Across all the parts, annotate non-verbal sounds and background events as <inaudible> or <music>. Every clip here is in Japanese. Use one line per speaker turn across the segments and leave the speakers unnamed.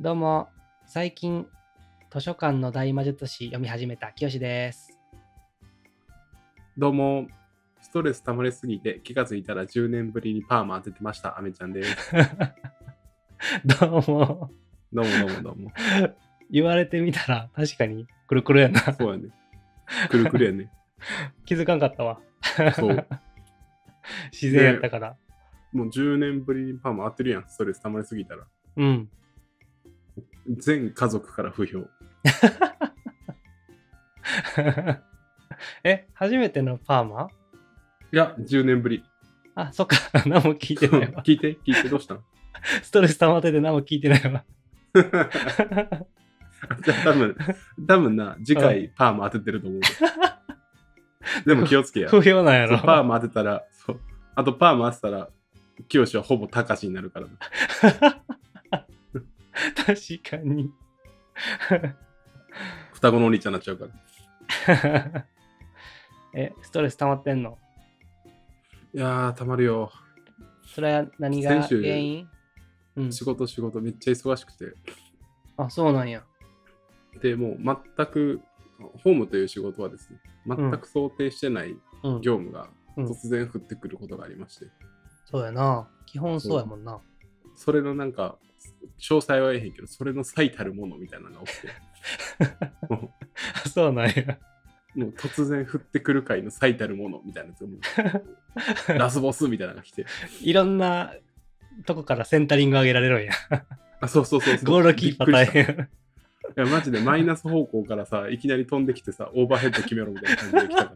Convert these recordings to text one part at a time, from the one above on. どうも、最近、図書館の大魔術師読み始めたきよしです。
どうも、ストレス溜まりすぎて気がついたら10年ぶりにパーマ当ててました、アメちゃんです。
<laughs> どうも、
どうもどうもどうも。
言われてみたら確かにくるくるやな。 <laughs>
そうやね。くるくるやね。
気づかんかったわ。
そう。
自然やったから。
もう10年ぶりにパーマ当てるやん、ストレス溜まりすぎたら。
うん。 <laughs>
全家族から不評。
え、初めてのパーマ
いや、10年ぶり。
あ、そっか。 <laughs> 何も聞いてない <laughs> わ。
聞いて、聞いて、どうしたの
ストレス溜まってて何も聞いてないわ。
じゃあ <laughs> 多分、多分な、次回パーマ当ててると思う。でも気をつけや。そ
不
う
評なんやろ。
パーマ当てたら、そう。あとパーマ当てたら、清はほぼ高しになるからな。
<laughs> 確かに。 <laughs>
双子のお兄ちゃんになっちゃうから。
え、ストレス溜まってんの
いやー、たまるよ。
それは何が
先週
原因うん。
仕事仕事めっちゃ忙しくて
あ、そうなんや。
でもう全くホームという仕事はですね全く想定してない
うん。
業務が
うん
突然降ってくることがありまして、
そうやな。基本そうやもんな。
それのなんか詳細は言えへんけどそれの最たるものみたいなのが起きても
<laughs> そうなんや。
うもう突然降ってくる回の最たるものみたいなやつがも
<laughs>
うラスボスみたいなのが来て
いろんなとこからセンタリング上げられる <laughs> んや。
あそうそうそうそう
ゴールキーパー
び
大
っくりした
変。
いやマジでマイナス方向からさいきなり飛んできてさオーバーヘッド決めろみたいな感じで来たか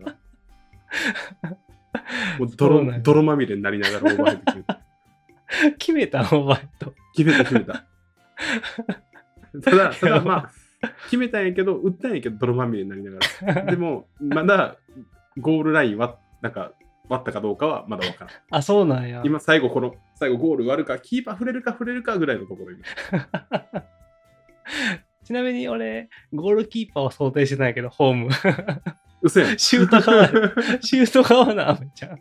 ら
<laughs>
もう
そうなんや
泥泥まみれになりながらオーバーヘッド決めた
<laughs> 決めたお前と。
決めた決めたただただまあ決めたんやけど打ったんやけど泥まみれになりながらでもまだゴールラインはなんか割ったかどうかはまだわからん
あ、そうなんや。
今最後この最後ゴール割るかキーパー触れるか触れるかぐらいのところ今
ちなみに俺、ゴールキーパーを想定してないけど、ホーム。 <laughs>
嘘やん
シュート <laughs> 側、シュート側な、アメちゃ <laughs> ん。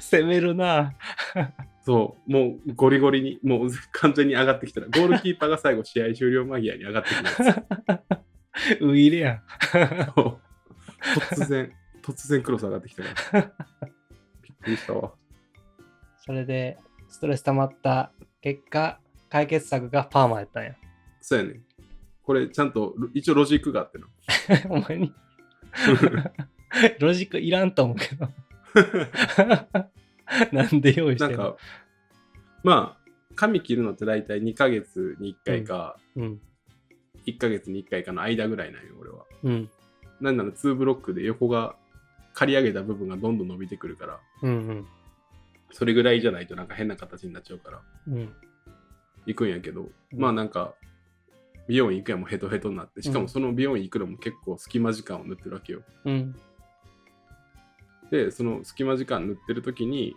攻めるな。 <laughs>
そうもうゴリゴリにもう完全に上がってきたらゴールキーパーが最後試合終了間際に上がってくるやつ
ウイレやん。
そう突然、突然クロス上がってきたから。びっくりしたわ。
それで、ストレス溜まった結果、解決策がパーマやったんや。
そうやね。これ、ちゃんと、一応ロジックがあってな。
お前 <laughs> に。ロジックいらんと思うけ <laughs> ど。なんで用意し
な
て
ん
るの
か、まあ、髪切るのって大体2ヶ月に1回か、
うん。
1ヶ月に1回かの間ぐらいなんよ、俺は。
うん。
なんなら2ブロックで横が、刈り上げた部分がどんどん伸びてくるから、
うん。
それぐらいじゃないとなんか変な形になっちゃうから、
うん。うん。
行くんやけど、まあなんか、美容院行くやんもヘトヘトになって、しかもその美容院行くのも結構隙間時間を塗ってるわけよ。
うん。
でその隙間時間塗ってる時に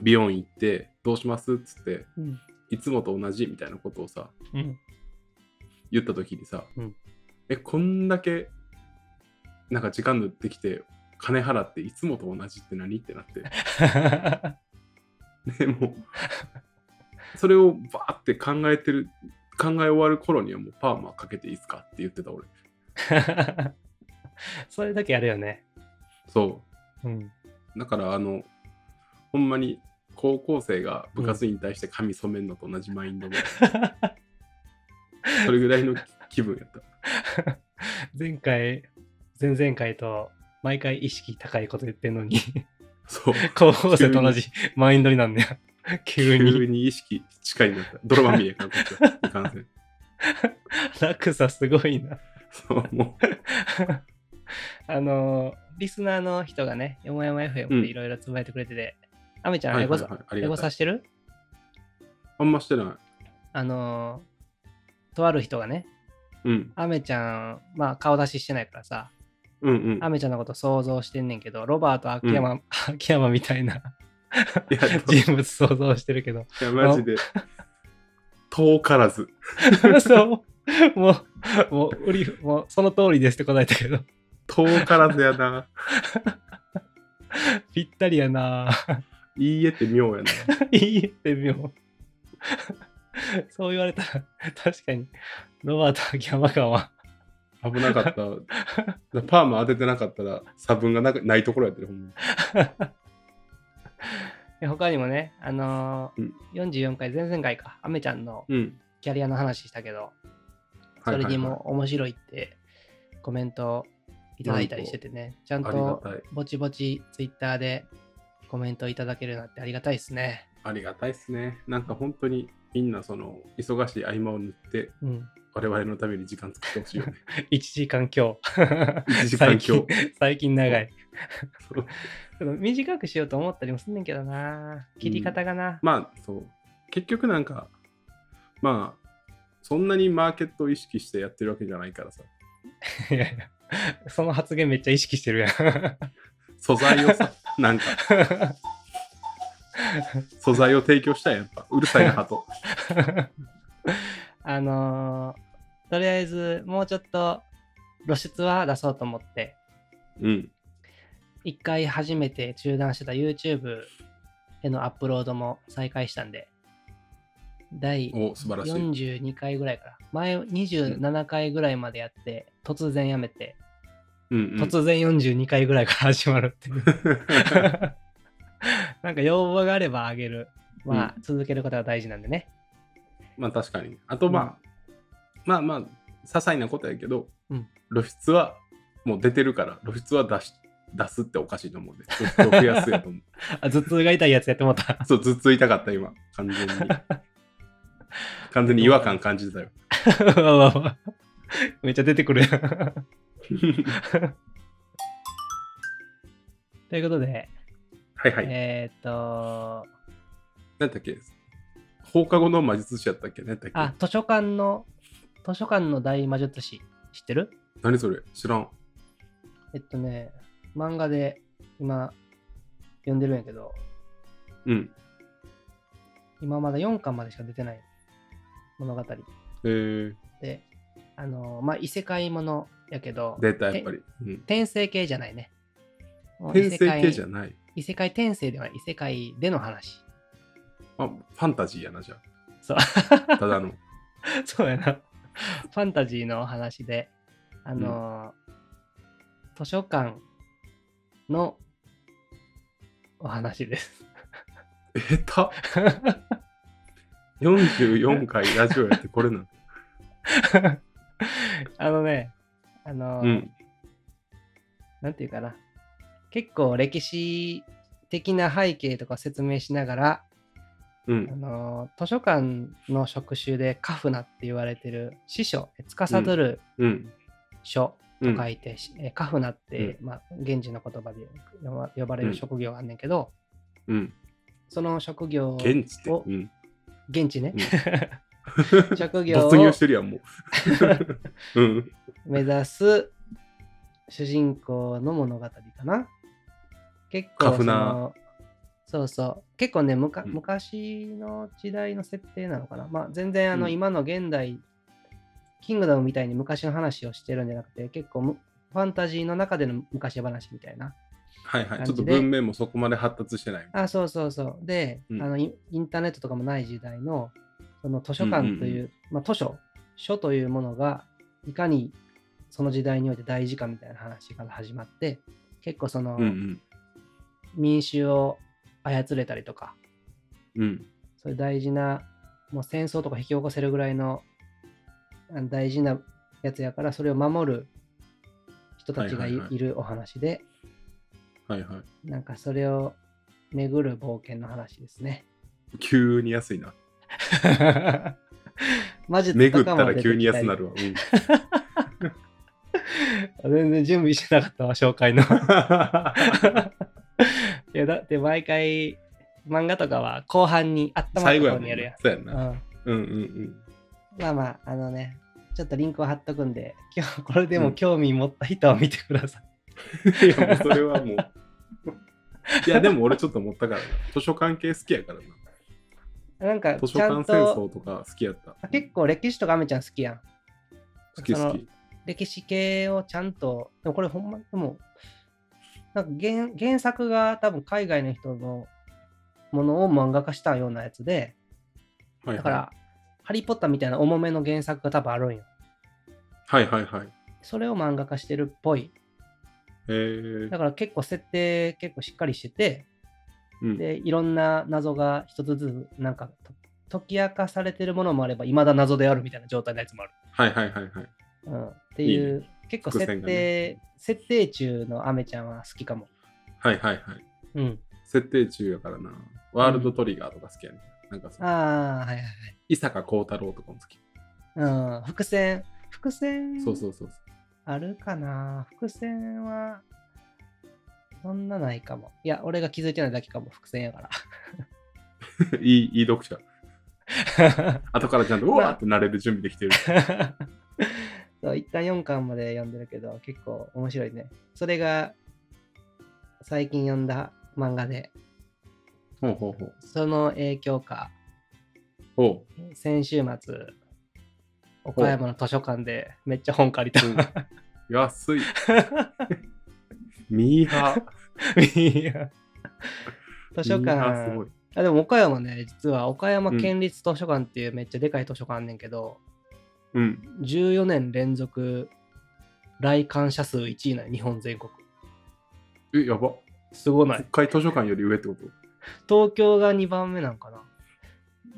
美容院行って「どうします?」っつって
うん。
いつもと同じみたいなことをさ
うん。 <laughs>
言った時にさ「
うん
えこんだけなんか時間塗ってきて金払っていつもと同じって何?」ってなってでもうそれをバーって考えてる考え終わる頃にはもうパーマかけていいっすかって言ってた俺
それだけやるよね。
そ
うん。
うだからあのほんまに高校生が部活に対して髪染めるのと同じマインドで、それぐらいの <laughs> 気分やった。
<laughs> 前回、前々回と、毎回意識高いこと言ってんの <laughs> に、
そう。
高校生と同じマインドになんねや。 <laughs> 急
急
に。
に意識近いになった。泥まみれやから、こっちは。いかんせん。
落差すごいな。
そう、もう。
<laughs> あのーリスナーの人がね、よもやま FM でいろいろつぶやいてくれてて、アメちゃん、
はい
エゴ
はい
サ、
はい、あり
エゴ
がた
サ
い。
してる
あんましてな
あのーとある人がね、
い。うん。
アメちゃん、まあ顔出ししてないからさ、
うんうん。
アメちゃんのこと想像してんねんけど、ロバート秋山、秋山みたい
<laughs>
ない
や、い
人物想像してるけど、
やマジで。遠からず。
そう、もう、もう、売り、もう、その通りですって答えたけど、
遠からずやな。
ぴったりやなぁ。
いいえって妙やな。
いいってみよう。 <laughs> そう言われたら、確かに、ロバート秋山感は、
危なかった。だパーマ当ててなかったら差分がなくないところやってる、ほんま
で他にもね、あのー
うん
44回、前々回か、アメちゃんの
うん。
キャリアの話したけど、
は
そ
いはいはい
れにも面白いってコメントいただいたりしててね、ちゃん
ありが
と
たい。
ぼちぼちツイッターでコメントいただけるなんてありがたいですね。
ありがたいですね。なんか本当にみんなその忙しい合間を縫って
うん、 <laughs>
我々のために時間作ってほしいよね。
1時間強。
1時間
最
強
近。最近長い。
そう
ちょっと短くしようと思ったりもすんねんけどな。切り方がな。
まあそう。結局なんかまあそんなにマーケットを意識してやってるわけじゃないからさ。
いやいやその発言めっちゃ意識してるやん。 <laughs>
素材をさ、なんか素材を提供したいやっぱ。うるさいな、鳩。
あのーとりあえずもうちょっと露出は出そうと思って、
うん。
一回初めて中断してた YouTube へのアップロードも再開したんで、第
お、素晴らしい。
42回ぐらいから、前27回ぐらいまでやって、突然やめて、
うん、うん。
突然42回ぐらいから始まるっていう。
<laughs>
なんか要望があればあげる。まあ、続けることが大事なんでね。
まあ確かに。あとまあ、まあまあ、些細なことやけど、
うん
露出はもう出てるから、露出は出し出すっておかしいと思うんで、露出を増やすやと思う。 <laughs>
あ頭痛が痛いやつやってもうた。
そう、頭痛痛かった今、完
<laughs>
全に。完全に違和感感じてたよ。
うわうわうわめっちゃ出てく
<laughs>
るやん。ということで、
はいはい。
えーっと、
なんだっけ放課後の魔術師やったっけ何だっ
あ
け、
図書館の、図書館の大魔術師、知ってる
何それ知らん。
えっとね、漫画で今、読んでるんやけど、
うん。
今まだ4巻までしか出てない物語
えー、
で、あのーまあ、異世界ものやけど、
出たやっぱり。うん、
転生系じゃないね。もう異
転
世
生
界
系じゃない。
異世界転生ではない、異世界での
<laughs>
話。
あ、ファンタジーやな、じゃ
そう。 <laughs>
あ。ただの。
そうやな。ファンタジーのお話で、あのー図書館のお話です。 <laughs>
えた44回ラジオやってこれなの
あのね、あのー
うん。
なんていうかな。結構歴史的な背景とか説明しながら、
う
あ
ん。
のー図書館の職種でカフナって言われてる師匠、司る
うん。
書
う
と
ん。
書いて、しえーカフナって、まあ、現地の言葉で呼ば呼ばれる職業があんねんけど、
うん。
その職業を
現地って。
お <laughs>
うん。
現地ね、職業を
突入してるやん、も
<laughs>
う。うん。
目指す主人公の物語かな結構
カフナ
そのそうそう結構ねむか
うん
昔の時代の設定なのかな、まあ全然あの、
うん
今の現代キングダムみたいに昔の話をしてるんじゃなくて結構むファンタジーの中での昔話みたいな
はいは
感
い。ち
じ
ょっ
で
と文明もそこまで発達してない。
あ、そうそうそう。で、
うん
あのインインターネットとかもない時代の、その図書館という、
うんうん
まあ、図書、書というものが、いかにその時代において大事かみたいな話から始まって、結構その
うんうん。
民衆を操れたりとか、
うん。
そういう大事な、もう戦争とか引き起こせるぐらいのあの大事なやつやから、それを守る人たちが
はい
い,、
はいはい
るお話で、
はいは
なんかそれを巡る冒険の話ですね。
い。急に安いな。
<laughs> マジ
めぐったら急に安な。るわ。うん
全然準備してなかったわ、紹介の。 <laughs> いや、だって毎回、漫画とかは後半にあったまっ
最
たところ
後やもん
にやるや
な。そうやん
ん。
な。
うん
うんうんうん。
まあまあ、あのね、ちょっとリンクを貼っとくんで、今日これでも興味持った人は見てください。
いや、もうそれはもう。いや、でも俺ちょっと思ったからな。図書館系好きやからな。
なんか、
図書
ちゃん
館戦
と、
争とか好きやった。
あ結構歴史とかアメちゃん好きやん。
好き
そ
好
の
き。
歴史系をちゃんと、でもこれほんま、でも、なんか原原作が多分海外の人のものを漫画化したようなやつで、
はいはい
だから、ハリー・ポッターみたいな重めの原作が多分あるんよ。
はいはいはい。
それを漫画化してるっぽい。
えー
だから結構設定結構しっかりしてて、
うん、
で、いろんな謎が一つずつ、なんかと解き明かされてるものもあれば、未だ謎であるみたいな状態のやつもある。
はいはいはいはい。
うん、っていう、結構設
伏線が
定、設定中のアメちゃんは好きかも。
はいはいはい。
うん。
設定中やからな。ワールドトリガーとか好きやね。なんかその、
ああ、はいはいはい。
伊坂幸太郎とかも好き。
うん、伏線、伏線
そうそうそうそう。
あるかな伏線は、そんなないかも。いや、俺が気づいてないだけかも、伏線やから。
<laughs> いい、いい読者。後からちゃんと、うわーってなれる準備でき
<laughs>
てる。 <laughs>
そう一旦4巻まで読んでるけど、結構面白いね。それが、最近読んだ漫画で、
ほうほうほう。
その影響か、
ほ
先週末、岡山の図書館
<laughs>
でめっちゃ本借りた。
う。安い。ミーハー。
いや図書
ミーハーすご
館
い。
あでも岡山ね実は岡山県立図書館っていうめっちゃでかい図書館あんねんけど、
うん。
14年連続来館者数1位なんよ日本全国
え、やば。
すごな
国
い
会図書館より上ってこと
東京が2番目なんかな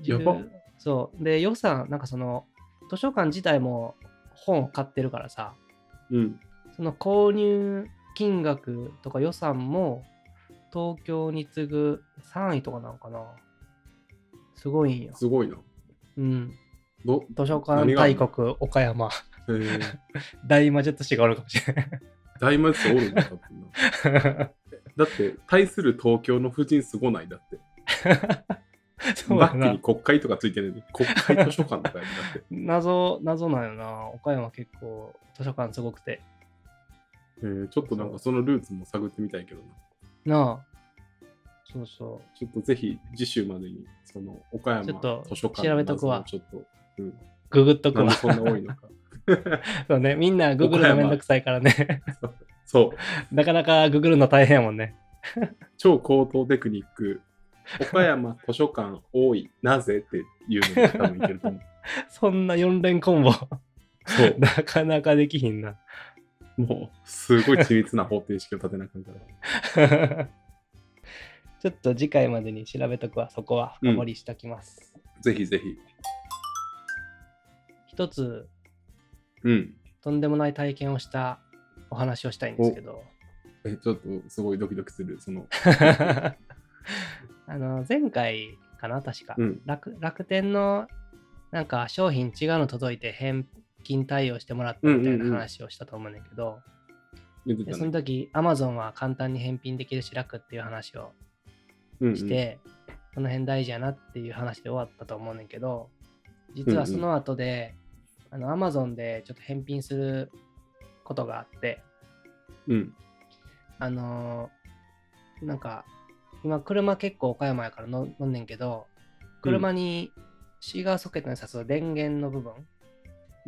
やば
10そうで予算なんかその図書館自体も本を買ってるからさ
うん。
その購入金額とか予算も東京に次ぐ3位とかなんかなすごいんよ
すごいな。
うん
ど、
図書館大国岡山
えー、
大魔術師がおるかもし <laughs> れない
大魔術おるんだったってな。だって、対する東京の婦人すごないだって。
そう
バ
だ
ック
な
に国会とかついてるのに、国会図書館とかやるんだって。
謎謎なんよな岡山結構図書館すごくて
えー、ちょっとなんかそのルーツも探ってみたいけどな。
なあそうそ
ちょっとぜひ次週までに、その岡山
ちょっと
図書館
調べとくわ
の謎をちょっと、うん、
うググっとく
なん
わ
でそんな多いのか。
そうねみんなググるのめんどくさいからね
そう、
なかなかググるの大変やもんね
超高等テクニック、岡山図書館多い、なぜっていうのも多分いけると思う。
そんな4連コンボ <laughs>
そう、
なかなかできひんな <laughs>
もう、すごい緻密な方程式を立てなあかんから。
ちょっと次回までに調べとくわそこは深掘りしときます、
ぜひぜひ。
一つ
うん。
とんでもない体験をしたお話をしたいんですけど、
え、ちょっとすごいドキドキする、その、
あ <laughs> の前回かな確か、
うん。
楽楽天のなんか商品違うの届いて返金対応してもらった
うんうん
みたいな
うん
話をしたと思うんだけど、
言って
で
た
その
ね。
時 Amazon は簡単に返品できるし楽っていう話を
うんうん
して、この辺大事やなっていう話で終わったと思うねんけど実はその後で、あの Amazon でちょっと返品することがあって、
うん。
あのーなんか、今、車結構岡山やからの乗んねんけど、車にシーガーソケットに挿す電源の部分、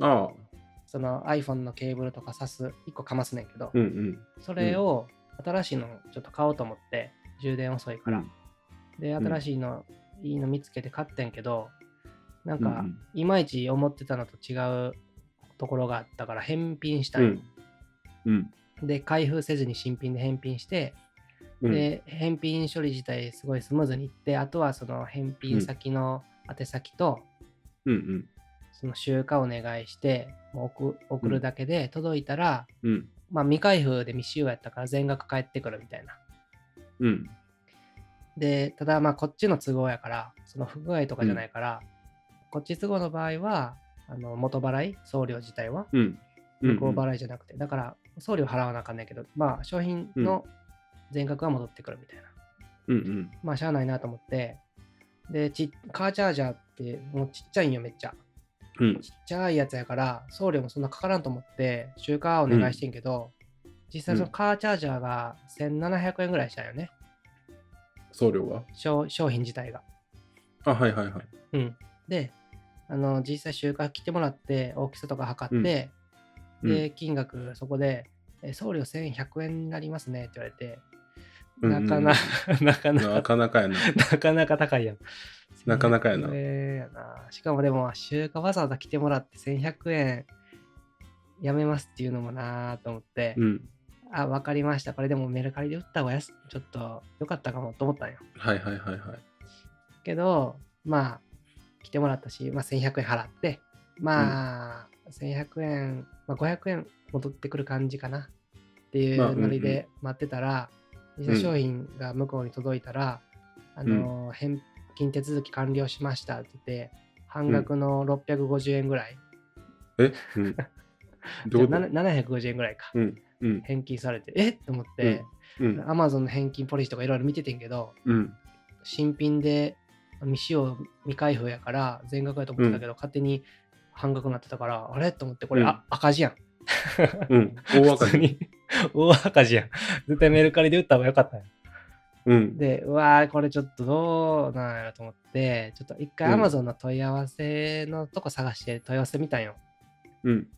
ああ、
その iPhone のケーブルとか挿す、1個かますねんけど、
うんうん。
それを新しいのちょっと買おうと思って、充電遅いから。で、新しいの、いいの見つけて買ってんけど、なん
うんう
か、
ん
いまいち思ってたのと違うところがあったから、返品した
うん
よ。
ん。うん。
で、開封せずに新品で返品して、
うん、
で返品処理自体すごいスムーズにいってあとはその返品先の宛先と
うん
その集荷お願いしてもう送送るだけで届いたら、
うん。うん。
まあ未開封で未使用やったから全額返ってくるみたいな
うん。
でただまあこっちの都合やからその不具合とかじゃないから、こっち都合の場合はあの元払い送料自体は
うん。
向こう払いじゃなくて、だから送料払わなあかんねんけどまあ商品の全額は戻ってくるみたいな
うんうん。
まあ、しゃあないなと思って、で、ちカーチャージャーって、もうちっちゃいんよ、めっちゃ。
うん。
ちっちゃいやつやから、送料もそんなかからんと思って、集荷お願いしてんけど、実際そのカーチャージャーが1700円ぐらいしたんよね、
送料は
商商品自体が。
あ、はいはいはい。
うん。で、あの、実際集荷来てもらって、大きさとか測って、
うん
で、金額、そこで、え送料1100円になりますねって言われて、
うんうん
な
う
んかな、なかなか <laughs>
なかなかやな。
なかなか高いやん。
なかなかやな
1100円やなしかもでも、週華わざわざ来てもらって1100円やめますっていうのもなーと思って、
うん。
あ、わかりました。これでもメルカリで売った方が安ちょっと良かったかもと思ったんよ。
はいはいはいはい。
けど、まあ、来てもらったし、まあ、1100円払って、まあ、1100円、まあ、500円戻ってくる感じかなってい
まあうん
う
うん
ノリで待ってたら、実際商品が向こうに届いたら、あのー返金手続き完了しましたって言って、半額の650円ぐらい、
えうん。どういう
じ
こ
ゃあ
と
な750円ぐらいか、
うん。うん。
返金されて、えっと思って、
うん。
Amazon の返金ポリシーとかいろいろ見ててんけど、
うん。
新品で未使用未開封やから全額やと思ってたけど、勝手に半額になってたからあれと思ってこれ、
うん
あ赤字やん
うん。大赤
普通
字。
に <laughs> 大赤字やん絶対メルカリで売った方がよかったんや
うん。
でうわーこれちょっとどうなんやろと思ってちょっと一回
うん
Amazon の問い合わせのとこ探して問い合わせ見たんよ
うん。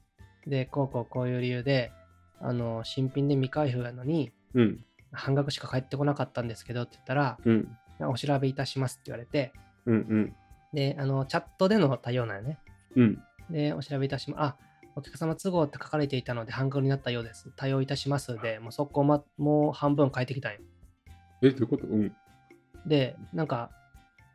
でこうこうこういう理由であの新品で未開封やのに
うん。
半額しか返ってこなかったんですけどって言ったら
うん。
お調べいたしますって言われて
うん。うん。
であのチャットでの対応なんよね
うん。
で、お調べいたします。あ、お客様都合って書かれていたので、半額になったようです。対応いたします。で、もう速攻、ま、もう半分変えてきたんよ。
え、どういうことうん。
で、なんか、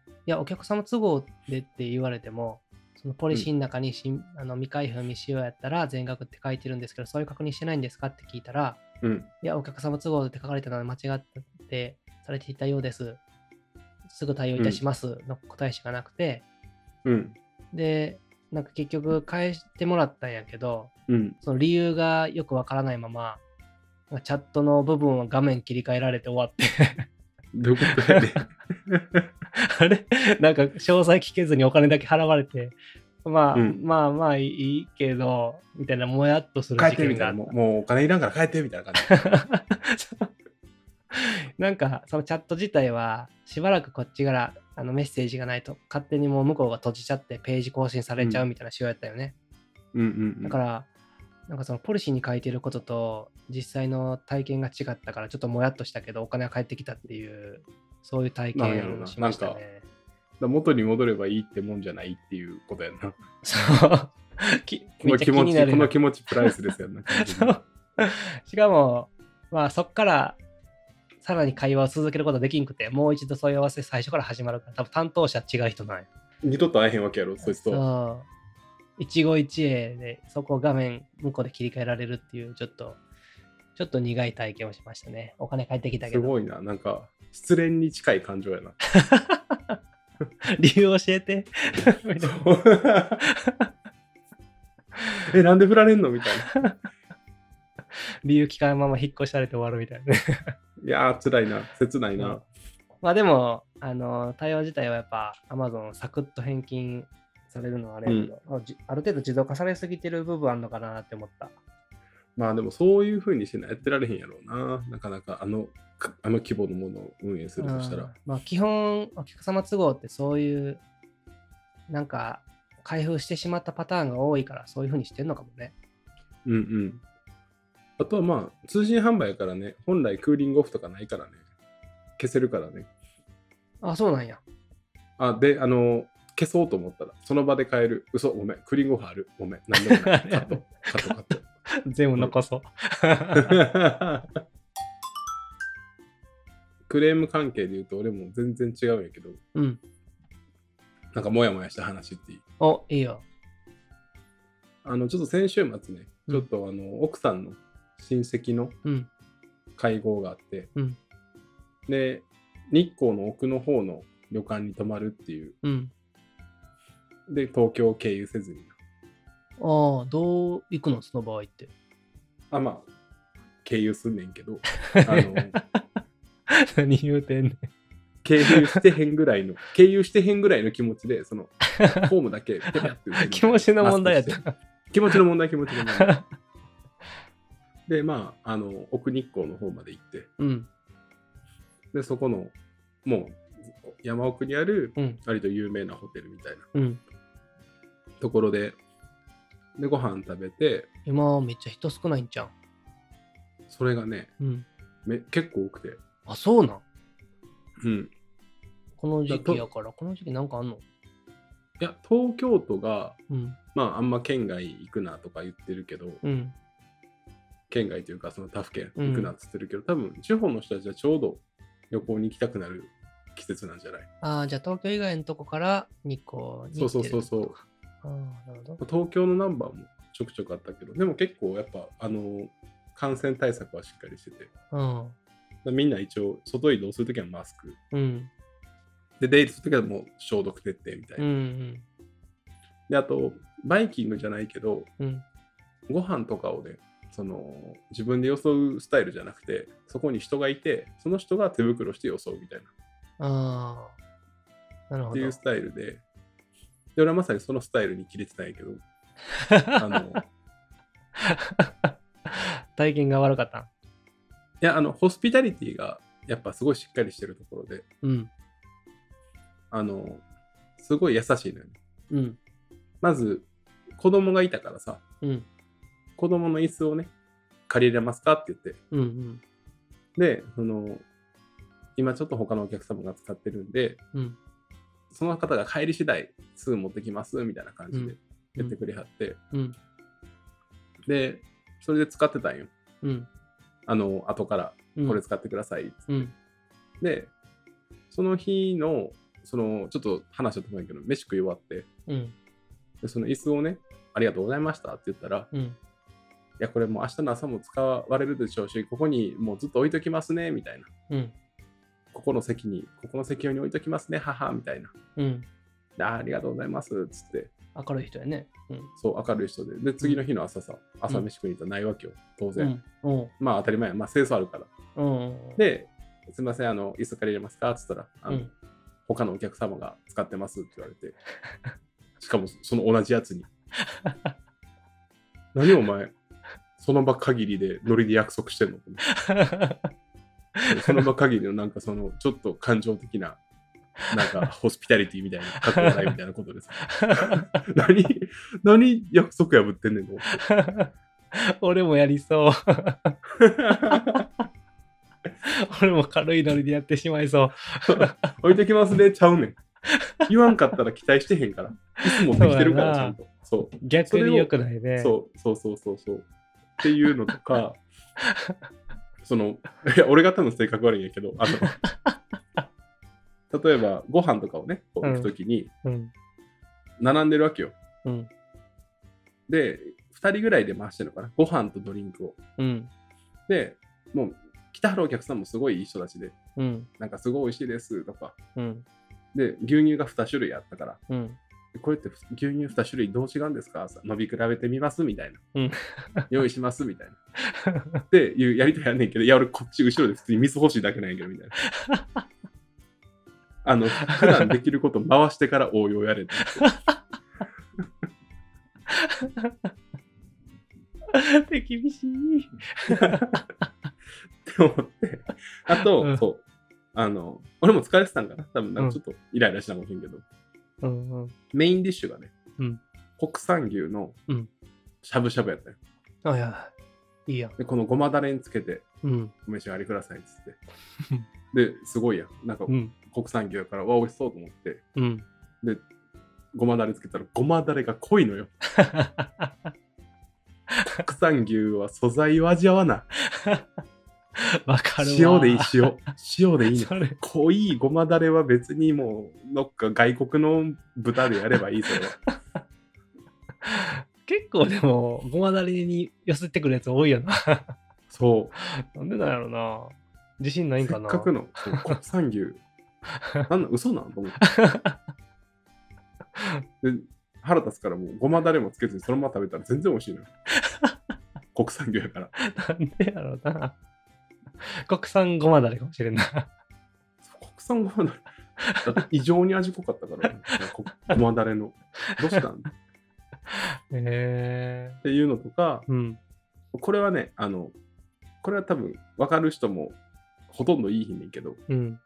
いや、お客様都合でって言われても、そのポリシーの中に新、あの未開封未使用やったら全額って書いてるんですけど、そういう確認してないんですかって聞いたら、
うん。
いや、お客様都合って書かれてたので間違ってされていたようです。すぐ対応いたしますの答えしかなくて、
うん。
で、なんか結局返してもらったんやけど、
うん。
その理由がよくわからないまま、なんかチャットの部分を画面切り替えられて終わって、 <laughs>
どういうことやね。
あれなんか詳細聞けずにお金だけ払われて、まあ、
うん
まあまあいいけど、みたいな、もやっとする
帰っ
事
て
件
みた
が
いな。もうもうお金いらんから帰ってみたいな感じ。
あったそう <laughs> なんか、そのチャット自体は、しばらくこっちからあのメッセージがないと、勝手にもう向こうが閉じちゃって、ページ更新されちゃうみたいな仕様やったよね。
うんうん。
だから、なんかそのポリシーに書いてることと実際の体験が違ったからちょっともやっとしたけどお金が返ってきたっていうそういう体
なんやろう
験
な
しました
なんか
ね。
ら元に戻ればいいってもんじゃないっていうことやな。こ
<laughs> そう。きめっ
の
ちゃ気
気持
になる
ち、こ
よ
の気持ちプライスですよ <laughs> ね。完
そ
全に
う <laughs> しかも、まあそっからさらに会話を続けることはできんくてもう一度問い合わせ最初から始まるから多分担当者違う人なんや。
二度と会えへんわけやろ、そいつと。
そう。一期一会でそこを画面向こうで切り替えられるっていうちょっとちょっと苦い体験をしましたね。お金返ってきたけ
す
ど。
ごいな。なんか、失恋に近い感情やな。
<laughs> 理由教えてみたいな
<laughs> え、なんで振られんのみたいな。
理由聞かんまま引っ越しされて終わるみたいなね
いやー、辛いな。切ないな。
<laughs> まあでもあの対応自体はやっぱ Amazon サクッと返金されるのはあれやけど、あじある程度自動化されすぎてる部分あんのかなって思った
まあでも、そういう風にしてなやってられへんやろうな。なかなか、あの、かあの規模のものを運営するとした
うん
ら。
まあ基本お客様都合ってそういうなんか開封してしまったパターンが多いからそういう風にしてんのかもね
うんうん。あとはまあ、通信販売やからね、本来クーリングオフとかないからね、消せるからね。
あそうなんや
あ、で、あの、消そうと思ったら、その場で買える。嘘、ごめん。クーリングオフある。ごめん。なんでもない。カット、カット、カット。
全部残そう
<laughs> クレーム関係で言うと、俺も全然違うんやけど、
うん
なんかモヤモヤした話っていい。
おいいよ
あの、ちょっと先週末ね、
うん
ちょっとあの、奥さんの親戚の
うん
会合があって、
うん
で、日光の奥の方の旅館に泊まるっていう、
うん
で、東京を経由せずに、
ああどう行くのその場合って
あ、まあ、経由すんねんけど、あの、
何言うてんねん。
経由してへんぐらいの、 <laughs> 経由してへんぐらいの気持ちで、その、ホームだけ、ペラって打てる
<laughs> 気持ちの問題やっ
マスク
た。
して気持ちの問題、気持ちの問題。で、まあ、あの、奥日光の方まで行って、
うん、
で、そこの、もう、山奥にある、
うん、
割と有名なホテルみたいな
うん。
ところで、で、ご飯食べて、
今めっちゃ人少ないんじゃん。
それがね、
うん。
め結構多くて、
あ、そうなん。
うん。
この時期やから、この時期なんかあんの
いや、東京都が、
うん。
まあ、あんま県外行くなとか言ってるけど、
うん。
県外というか、その他府県行くなって言ってるけど、多分、地方の人たちはちょうど旅行に行きたくなる季節なんじゃない
ああ、じゃあ東京以外のとこから日光に
そ
行
う
って
そう
る
そうそう。
ああ、なるほど。
東京のナンバーもちょくちょくあったけど、でも結構やっぱ、あの、感染対策はしっかりしてて、
うん。
みんな一応、外移動するときはマスク、
うん。
で、出入りするときはもう消毒徹底みたい
うん。う
な。
ん。
で、あと、バイキングじゃないけど、
うん。
ご飯とかをね、その、自分で装うスタイルじゃなくて、そこに人がいて、その人が手袋して装うみたいな、
ああ。なる
っ
ほ
てい
ど
う。スタイルで、で、俺はまさにそのスタイルに切れてたんやけど、あの、 <laughs>
<laughs> 体験が悪かった。
いや、あの、ホスピタリティが、やっぱすごいしっかりしてるところで、
うん。
あの、すごい優しいのよね。
うん。
まず、子供がいたからさ、
うん。
子供の椅子をね、借りれますかって言って、
うん。うん。
で、その、今ちょっと他のお客様が使ってるんで、
うん。
その方が帰り次第、すぐ持ってきます、みたいな感じでやってくれはって、
うん。
で、それで使ってたんよ。
うん。
あの、後から、
うん。
これ使ってくださいっつって、
うん。
で、その日の、その、ちょっと話だと思うんやけど、飯食い終わって、
うん。
でその椅子をね、ありがとうございましたって言ったら、
うん。
いや、これもう明日の朝も使われるでしょうし、ここにもうずっと置いときますね、みたいな。
うん。
ここの席に、ここの席用に置いときますね、母、みたいな。
うん。
であーありがとうございます、つって、
明るい人やね。うん。
そう、明るい人で。で、次の日の朝さ、朝飯食いに行ったらないわけよ、当然。
うん。うん。
まあ、当たり前や、まあ、清掃あるから。
うん。
で、すみません、あの、椅子借りれますかつったら、あ
う
の、
ん。
他のお客様が使ってますって言われて、 <laughs> しかもその同じやつに。 <laughs> 何お前、その場限りでノリで約束してんのその場限りのなんかそのちょっと感情的な、なんかホスピタリティみたいな、かっこ笑いみたいなことです。何、何約束破ってんねんの
<laughs> 俺もやりそう。俺も軽いノリでやってしまいそう。
<laughs> 置いときますね、ちゃうねん。言わんかったら期待してへんから。いつもできてるから、ちゃんと。そう。
逆に良くないね。
そうそうそうそうそう。っていうの
<laughs>
とか、その、いや俺が多分性格悪いんやけど、あの、
<laughs>
例えばご飯とかをね、こう
うん
行くときに、
うん。
並んでるわけよ。
うん。
で、2人ぐらいで回してるのかな、ご飯とドリンクを。
うん。
で、もう、来たはるお客さんもすごいいい人たちで、
うん。
なんかすごい美味しいですとか、
うん。
で、牛乳が2種類あったから、 <laughs>
うん。
これって牛乳2種類どう違うんですか飲み比べてみますみたいな。
うん
用意しますみたい
<laughs>
な。っていうやりとりやんねんけど、いや、俺こっち後ろで普通に水欲しいだけなんやけどみたいな。あの、普段できること回してから応用やれって。
手厳しい。
って思って。あと、
うん
そう。あの、俺も疲れてたんかな。多分なんかちょっとイライラしたかもしれんけど、
うんうん。
メインディッシュがね、
うん
国産牛の
うん
しゃぶしゃぶやったよ。
あいや、いいやん。
で、このごまだれにつけて
うん。
お召し上がりくださいっつ
<laughs>
って。で、すごいやん。なんか
うん。
国産牛やから、わ、美味しそうと思って、
<laughs> うん。
ごまだれつけたら、ごまだれが濃
<laughs>
いのよ。国産牛は素材を味わわな。
わかるわ。
塩でいい、
<laughs>
塩。塩でいいの。
それ、
濃いごまだれは別にもう、どっか外国の豚でやればいい、そ
<laughs>
れは。
結構でも、ごまだれに寄せてくるやつ多いよな。 <laughs>
そう。
なんでなんやろな。自信ないん
せ
か
っ
な。
かくのそう国産
<laughs>
牛。なんだ、嘘なんと思って。で腹立つからもうごまだれもつけずにそのまま食べたら全然美味しいの
<laughs>
よ。国産牛やから。
なんでやろうな。 <laughs> 国産ごまだれかもしれんな。
国産ごまだれ。だって異常に味濃かっ
<laughs>
たから、こごまだれの。どうしたんっ
<laughs> へえ
ていうのとか、
うん。
これはね、あの、これは多分分かる人もほとんどいい日ねんけど、
うん。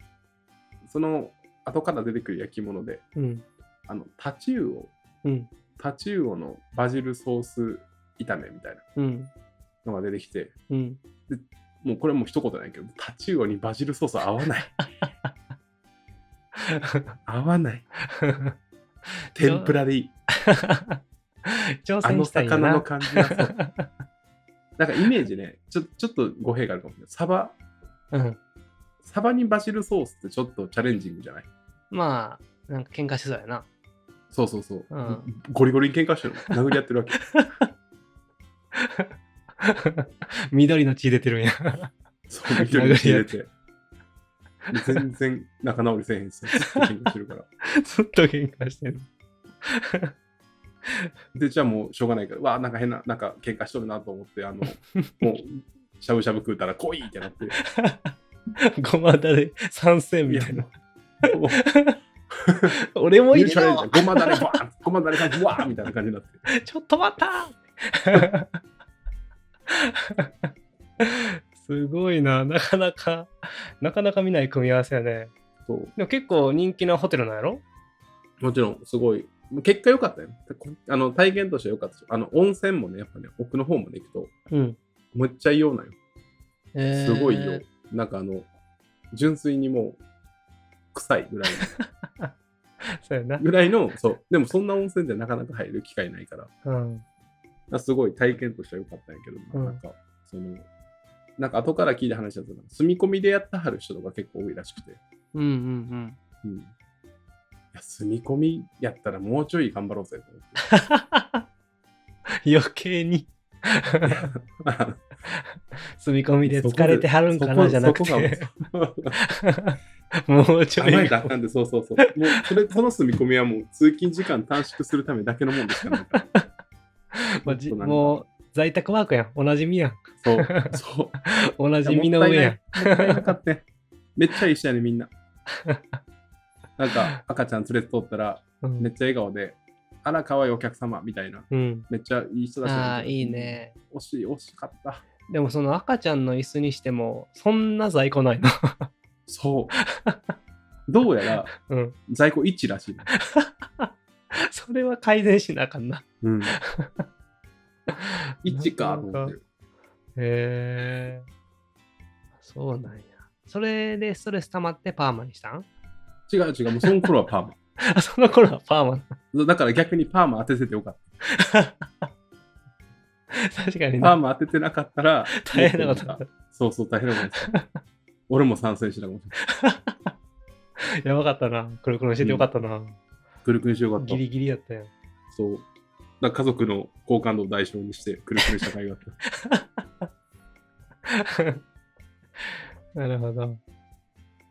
その後から出てくる焼き物で、
うん。
あの、タチウオ、
うん。
タチウオのバジルソース炒めみたいな
うん。
のが出てきて、
うん。 <laughs>
もうこれもう一言なんやけど、タチウオにバジルソース合わない。合わない。天ぷらでいい。
<laughs> 挑
あ
戦
の
したいんや
魚の
な。
感じがそう。なんかイメージね、ちょちょっと語弊があるかもしれない。サバ、
うん。
サバにバジルソースってちょっとチャレンジングじゃない
まあ、なんか喧嘩しそうやな。
そうそうそう。
<laughs> うん
ゴリゴリに喧嘩してる。殴り合っ
<laughs>
てるわけ。
緑の血出てるんや。
そう、緑に入れて。全然仲直りせえへんし、ずっと喧嘩してるから。
<laughs> ずっと喧嘩してる。
で、じゃあもうしょうがないから、うわあ、なんか変な、なんか喧嘩しとるなと思って、あの、もう、しゃぶしゃぶ食うたら来いってなって。
ごまだれ参戦
い
<laughs> み
や
たいな。
もう
俺も
もう
い
優
る
勝や
よ
ごまだれバーンごまだれさんわーみたいな感じになって。
ちょっと待
<laughs>
ったすごいな、なかなか、なかなか見ない組み合わせやね。
そう
でも結構人気なホテルなんやろ
もちろん、すごい。結果良かったよ。こあの体験としては良かったし、あの温泉もね、やっぱね、奥の方まで行くと、
うん。
むっちゃいいようなんよ。
え
すごいよ。なんかあの、純粋にもう、臭いぐらい
そうやな。
ぐらいの、 <laughs> そう。でもそんな温泉でなかなか入る機会ないから、だか
うん。
らすごい体験としては良かったんやけど、まあ
うん
なんか、その、なんか後から聞いた話だと、住み込みでやってはる人とか結構多いらしくて、
うんうん
うん。いや、住み込みやったらもうちょい頑張ろうぜと思って。
うん。余計に <laughs>
<laughs>
住み込みで疲れてはるんかなじゃなくて、
そこが
<laughs> もうちょ
甘い
い
だったんで、そうそうそう。もうそれ、その住み込みはもう通勤時間短縮するためだけのもんですからないから。
もうじ
そうなんだ
もう在宅ワークやん。おなじみやん。
<laughs> そう、そう。
おなじみの上やん。
もったいないもったいなかったね。めっちゃ一緒やね、みんな。なんか、赤ちゃん連れて通ったら、
うん
めっちゃ笑顔で、あら、かわいいお客様みたいな。
うん。
めっちゃいい人だし。
ああ、いい。ね。
惜しい、惜しかった。
でもその赤ちゃんの椅子にしても、そんな在庫ない <laughs> の。
そう。どうやら、
うん。
在庫1らしいね。
それは改善しなあかんな。 <laughs>
うん。1か、と思ってる。
へえ。そうなんや。それでストレス溜まってパーマにしたん
違う違う、もうその頃はパー
あ、その頃はパーマ。
マ。だから逆にパーマ当てててよかっ
<laughs> 確か
た。
に
パー
な。
マ当ててなかったら、
大変なことだっ
そうそう、大変なことだった。俺も参戦してたかもしれない。
た。やばかったな。くるくるしててよかったな。
くるくるしてよかった
ギ。リギリやったよ。
そう。だから家族の好感度を代償にして、くるくるした会があった。 <laughs>
なるほど。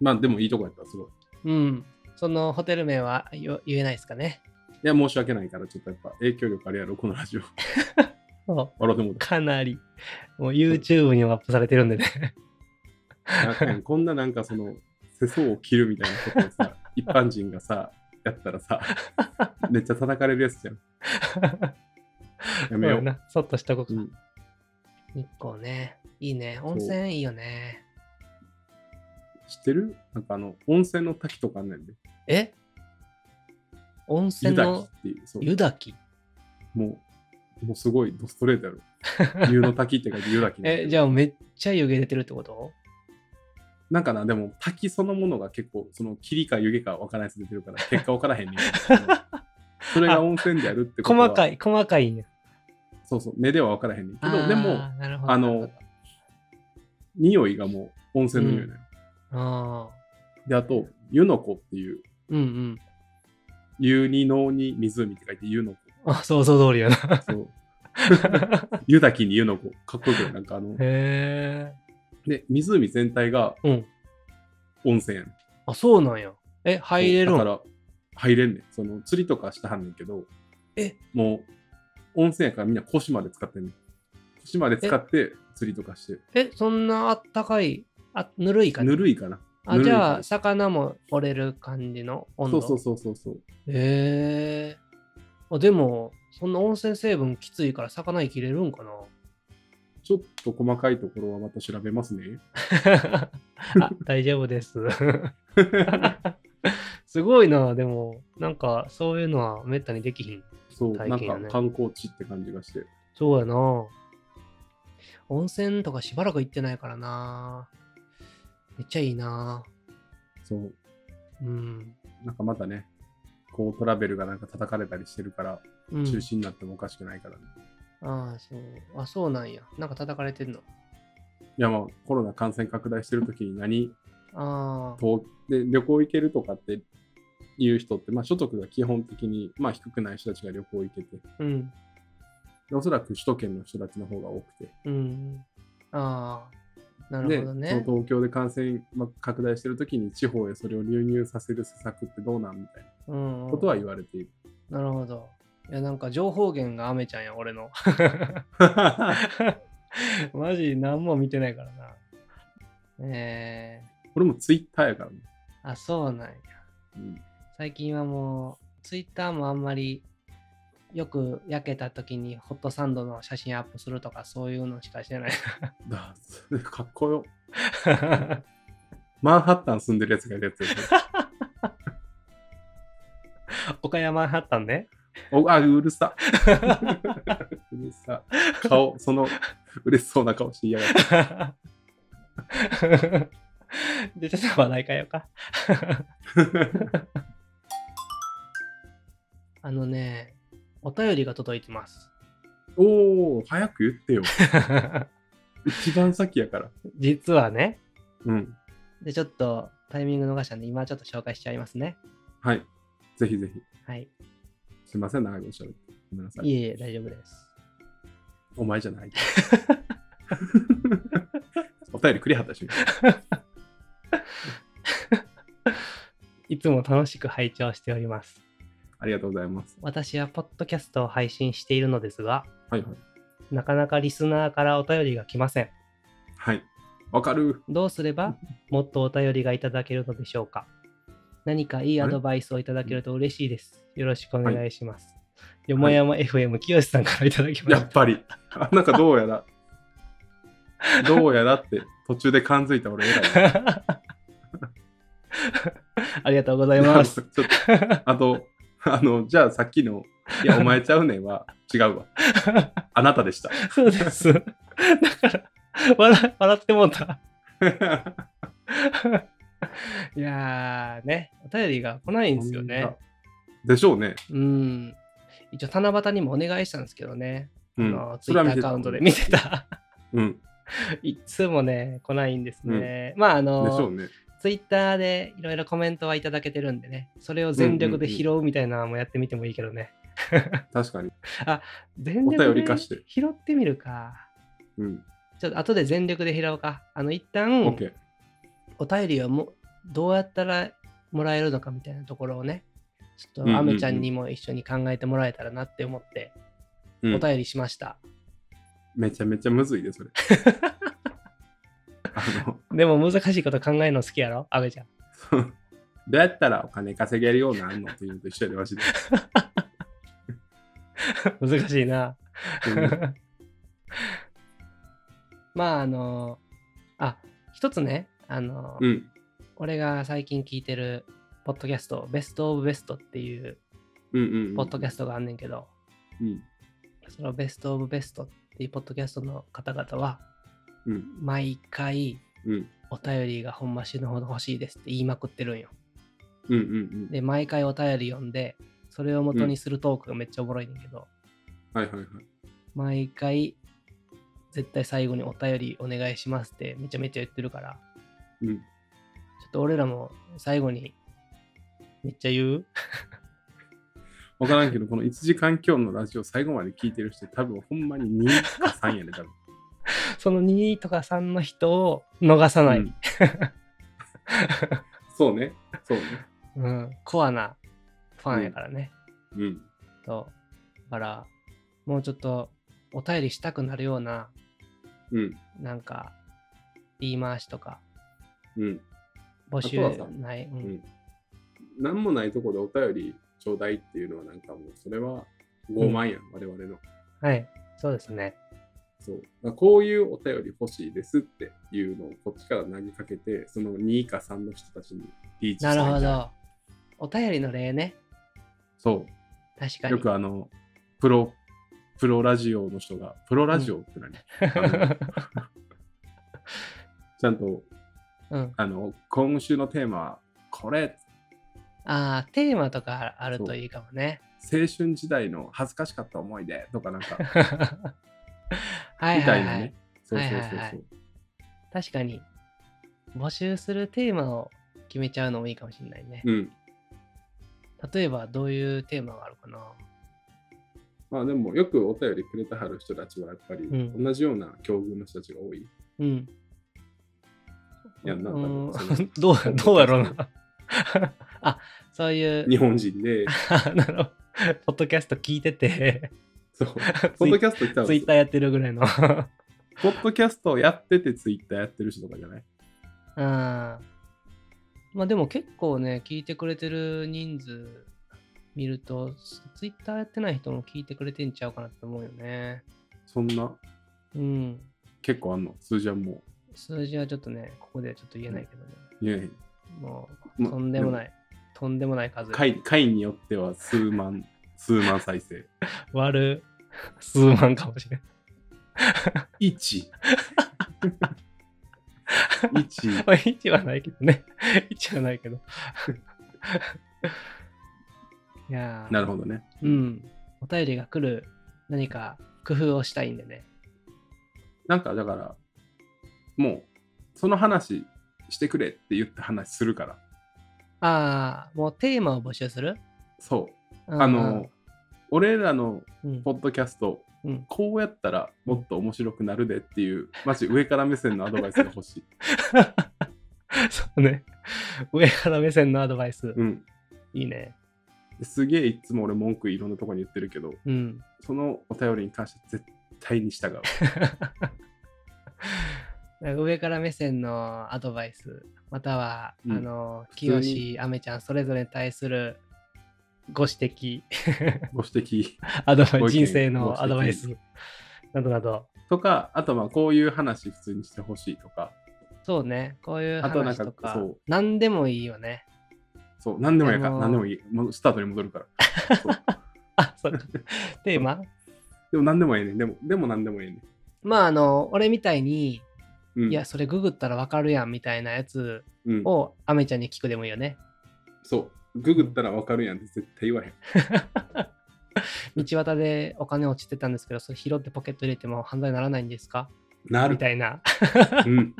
まあ、でもいいとこやった、すごい。
うん。そのホテル名は言言えないですかね。
いや、申し訳ないから、ちょっとやっぱ影響力あるやろ、このラジオ。
そう
笑ってもう
かなり。もう YouTube にもアップされてるんでね。
たなん
<laughs>
かねこんななんかその、世相を切るみたいなことをさ、一般人がさ、やったらさ、めっちゃ叩かれるや
<laughs>
つじゃん。やめよ。
そううやなそっとしとこうか。
うん
日光ね。いいね。
う
温泉いいよね。
知ってるなんかあの、温泉の滝とかあんねんで、
え温
湯
泉
滝
の
っていう、そう
湯滝
もう、もうすごいドストレートや
<laughs>
ろ。湯の滝って書いて湯滝なんだけど
え、じゃあめっちゃ湯気出てるってこと
なんかな、でも滝そのものが結構、その霧か湯気か分からないやつ出てるから、結果分からへん
<laughs>
ねんけど。それが温泉でやるってことは
細かい、細かいんや。
そうそう、目では分からへんねんけど、でも、
あー、なるほど
あ
なるほ
の
ど、
匂いがもう温泉の匂いだよ。
あ
で、あと、湯の子っていう、
ーうんうん。
湯に脳に湖って書いて湯の子。
あ、想像通りやな。 <laughs>
そう。湯滝に湯の子。かっこよくないなんか
<laughs>
あの、
へえ。
で、湖全体が
うん
温泉やねん。
あ、そうなんや。え、入れる
だ
ん
から入れんねん。その釣りとかしたはんねんけど、
え
もう温泉やからみんな腰まで使ってんねん。腰まで使って釣りとかして。
え、そんなあったかい、あ、ぬるい感じ。
ぬるいかな。
あ、
ぬる
じ
い
ゃ
感
あ、魚も折れる感じの温
そ
度。
うそうそうそうそう。
へえあでも、そんな温泉成分きついから魚生きれるんか
ちょっと細かいところはまた調べますね。
なあ大丈夫です。すごいな、でも、なんかそういうのはめったにできひん。
そう、
体
なん
験やね
か観光地って感じがして。
そうやな。温泉とかしばらく行ってないからな。めっちゃいいな。
そう。
うん。
なんかまたね、こうトラベルがなんか叩かれたりしてるから、
うん、
中止になってもおかしくないからね。
ああそうあ、そうなんや。なんか叩かれてんの。
いや、まあコロナ感染拡大してる時に何
ああ、
とで旅行行けるとかっていう人って、まあ、所得が基本的に、まあ、低くない人たちが旅行行けて
うん、
でおそらく首都圏の人たちの方が多くて
うん。ああ、なるほど
で
ね
そ。の東京で感染まあ拡大してる時に地方へそれを流入させる施策ってどうなんみたい
うん、
なことは言われ
<laughs>
ている。
なるほど。いや、なんか情報源がアメちゃんや、俺の。 <laughs> マジ、何も見てないからな。え
これもツイッターやからね。
ー、あ、そうなんや。
うん
最近はもう、ツイッターもあんまり、よく焼けた時にホットサンドの写真アップするとか、そういうのしかしてない。
だ <laughs> かっこよ。マンハッタン住んでるやつがいるやつや
<laughs> 岡山マンハッタン <laughs> ね。
おあ、うるさ。 <laughs> うるさ。顔、その、嬉しそうな顔して嫌がって。
で、ちょっと話題変えようか。 <laughs> あのね、お便りが届いてます。
おお、早く言ってよ。一番先やから。
<laughs> 実はね、
うん。
で、ちょっとタイミング逃したんで、今ちょっと紹介しちゃいますね。
はい。ぜひぜひ。
はい。
すいません、長いことしゃべって。ごめんなさい。
いえいえ、大丈夫です。
お前じゃ
<laughs>
ない。 <laughs> お便りくれはったし。
いつも楽しく拝聴しております。
ありがとうございます。
私はポッドキャストを配信しているのですが、
はいはい。
なかなかリスナーからお便りが来ません。
はい。わかる。
どうすればもっとお便りがいただけるのでしょうか何かいいアドバイスをいただけると嬉しいです。よろしくお願いします。よもやま FM きよしさんからいた <laughs> だきま
や <laughs>
し
っぱり。あなんかどうやら。どうやらって途中で感づいた俺偉いな。
た。ありがとうございます。
ちょっとあと、あの、じゃあさっきの、いや、お前ちゃうねんは違
<laughs>
うわ。あなたでした。
そうです。だから、笑笑ってもうた。いやーね、お便りが来ないんですよね。
でしょうね。
うん。一応、七夕にもお願いしたんですけどね。
う
あ
ん
の。ツイッターアカウントで見てた。
うん。
いつもね、来ないんですね。まあ、あ
でしょ
の、
うね。
ツイッターでいろいろコメントはいただけてるんでね、それを全力で拾うみたいなのもやってみてもいいけどね。
確かに。
全
お
力
便り
で
化して
拾ってみるか。
うん。
ちょっと後で全力で拾うか。あの、一
OK
旦、お便りはもうどうやったらもらえるのかみたいなところをね、ちょっ
うんうんうん
とアメちゃんにも一緒に考えてもらえたらなって思って、
うん
お便りしました。
めちゃめちゃむずいで、それ。 <laughs> あの
でも難しいこと考えるの好きやろ、アメちゃん。 <laughs>
そうどうやったらお金稼げるようになるのっていうのと一緒やで、マジで。
難しいな。
うん
<laughs> まああのあ一つねあの、
うん。
俺が最近聞いてるポッドキャストベストオブベストっていう
うんうんうん。
ポッドキャストがあんねんけど、
うん。
そのベストオブベストっていうポッドキャストの方々は
うん。
毎回
うん。
お便りがほんま死ぬほど欲しいですって言いまくってるんよ
うんうんうん。
で毎回お便り読んでそれを元にするトークがめっちゃおもろいねんけど、
はいはいはい。
毎回絶対最後にお便りお願いしますってめちゃめちゃ言ってるから
うん。
ちょっと俺らも最後にめっちゃ言う <laughs>
わからんけど、この1時間今日のラジオ最後まで聞いてる人、多分ほんまに2か3やね、多分。
その2とか3の人を逃さない、う
うん
<laughs>
んそうね。そうね。
コアなファンやからね、
うん。
とだからもうちょっとお便りしたくなるような
うん。
なんか言い回しとか
うん。
募集
あとはさ
ない、うん
うんなんもないとこでお便りちょうだいっていうのはなんかもうそれは傲慢やん、我々の。
はいそうですね
そうだからこういうお便り欲しいですっていうのをこっちから投げかけて、その2か3の人たちにリーチし
な
た
いる
みた
ほ
い
どお便りの例ね
そ
確
う。
かに
よくあの、プロ、プロラジオの人が、プロラジオって何、あの <laughs> ちゃんと、
<laughs> うん
あの、今週のテーマはこれ
ああ、テーマとかあるといいかもね。
青春時代の恥ずかしかった思い出とかなんか <laughs> み
<laughs> はいは
た
い
いな
はい
ね。。そうそうそ
はいは
う
いは
そ。
いう確かに、募集するテーマを決めちゃうのもいいかもしれないね。
うん。
例えば、どういうテーマがあるかな
まあでもよくお便りくれたはる人たちはやっぱり
うん
同じような境遇の人たちが多い。
うん。
いやなんか
うーん
その
<laughs> どう、どうだろう
<laughs>
な。あ、そういう、
日本人
<laughs>
で、
あの、ポッドキャスト聞いてて、
そう。ポッドキャスト来たん
ツ
で
イ
す
ッターやってるぐらいの。 <laughs>
ポッドキャストをやっててツイッターやってる人とかじゃない
うん。まあでも結構ね、聞いてくれてる人数見ると、ツイッターやってない人も聞いてくれてんちゃうかなって思うよね。
そんな
うん。
結構あんの数字はも
数字はちょっとね、ここではちょっと言えないけどね。
う言えへん
もう、
ま
とんでもない。とんでもない数。
回回によっては
<laughs>
数万数万再生
割る数万かもしれない。
1 1
<laughs> まあ、1はないけどね。1はないけど。 <laughs> いやー
なるほどね
うん。お便りが来る何か工夫をしたいんでね。
なんかだからもうその話してくれって言った話するから
ああ、もうテーマを募集する
そう
うん
あの俺らの
うん
ポッドキャスト
うん
こうやったらもっと面白くなるでっていうマジ上から目線のアドバイスが欲しい
<laughs> そうね。上から目線のアドバイス。
うん
いいね。
すげえいつも俺文句いろんなとこに言ってるけど
うん。 <laughs>
そのお便りに関して絶対に従う
上から目線のアドバイス、または、
うん
あの、
普通
清
に
し、あめちゃん、それぞれに対するご指
<laughs>
摘、
ご指摘
<laughs> アドバイ
ご
ス
意見
人生のアドバイ
ご
スなどなど
とか、あとまあこういう話普通にしてほしいとか、
そうねこういう
あとなん
話
か
とか
そう
何でもいいよね
そう、何でもいいか
あ
ら、
のー
何でもいい。もうスタートに戻るから。そう
あそうテーマ
でも何でもいいねん。でも、でも何でもいいねん。
まああの俺みたいに、
うん、
いやそれググったらわかるやんみたいなやつ
うん、
をアメちゃんに聞くでもいいよね
そう、ググったらわかるやんって絶対言わへん。
道端でお金落ちてたんですけどそれ拾ってポケット入れても犯罪にならないんですか
な
み
る。
たいな
うん。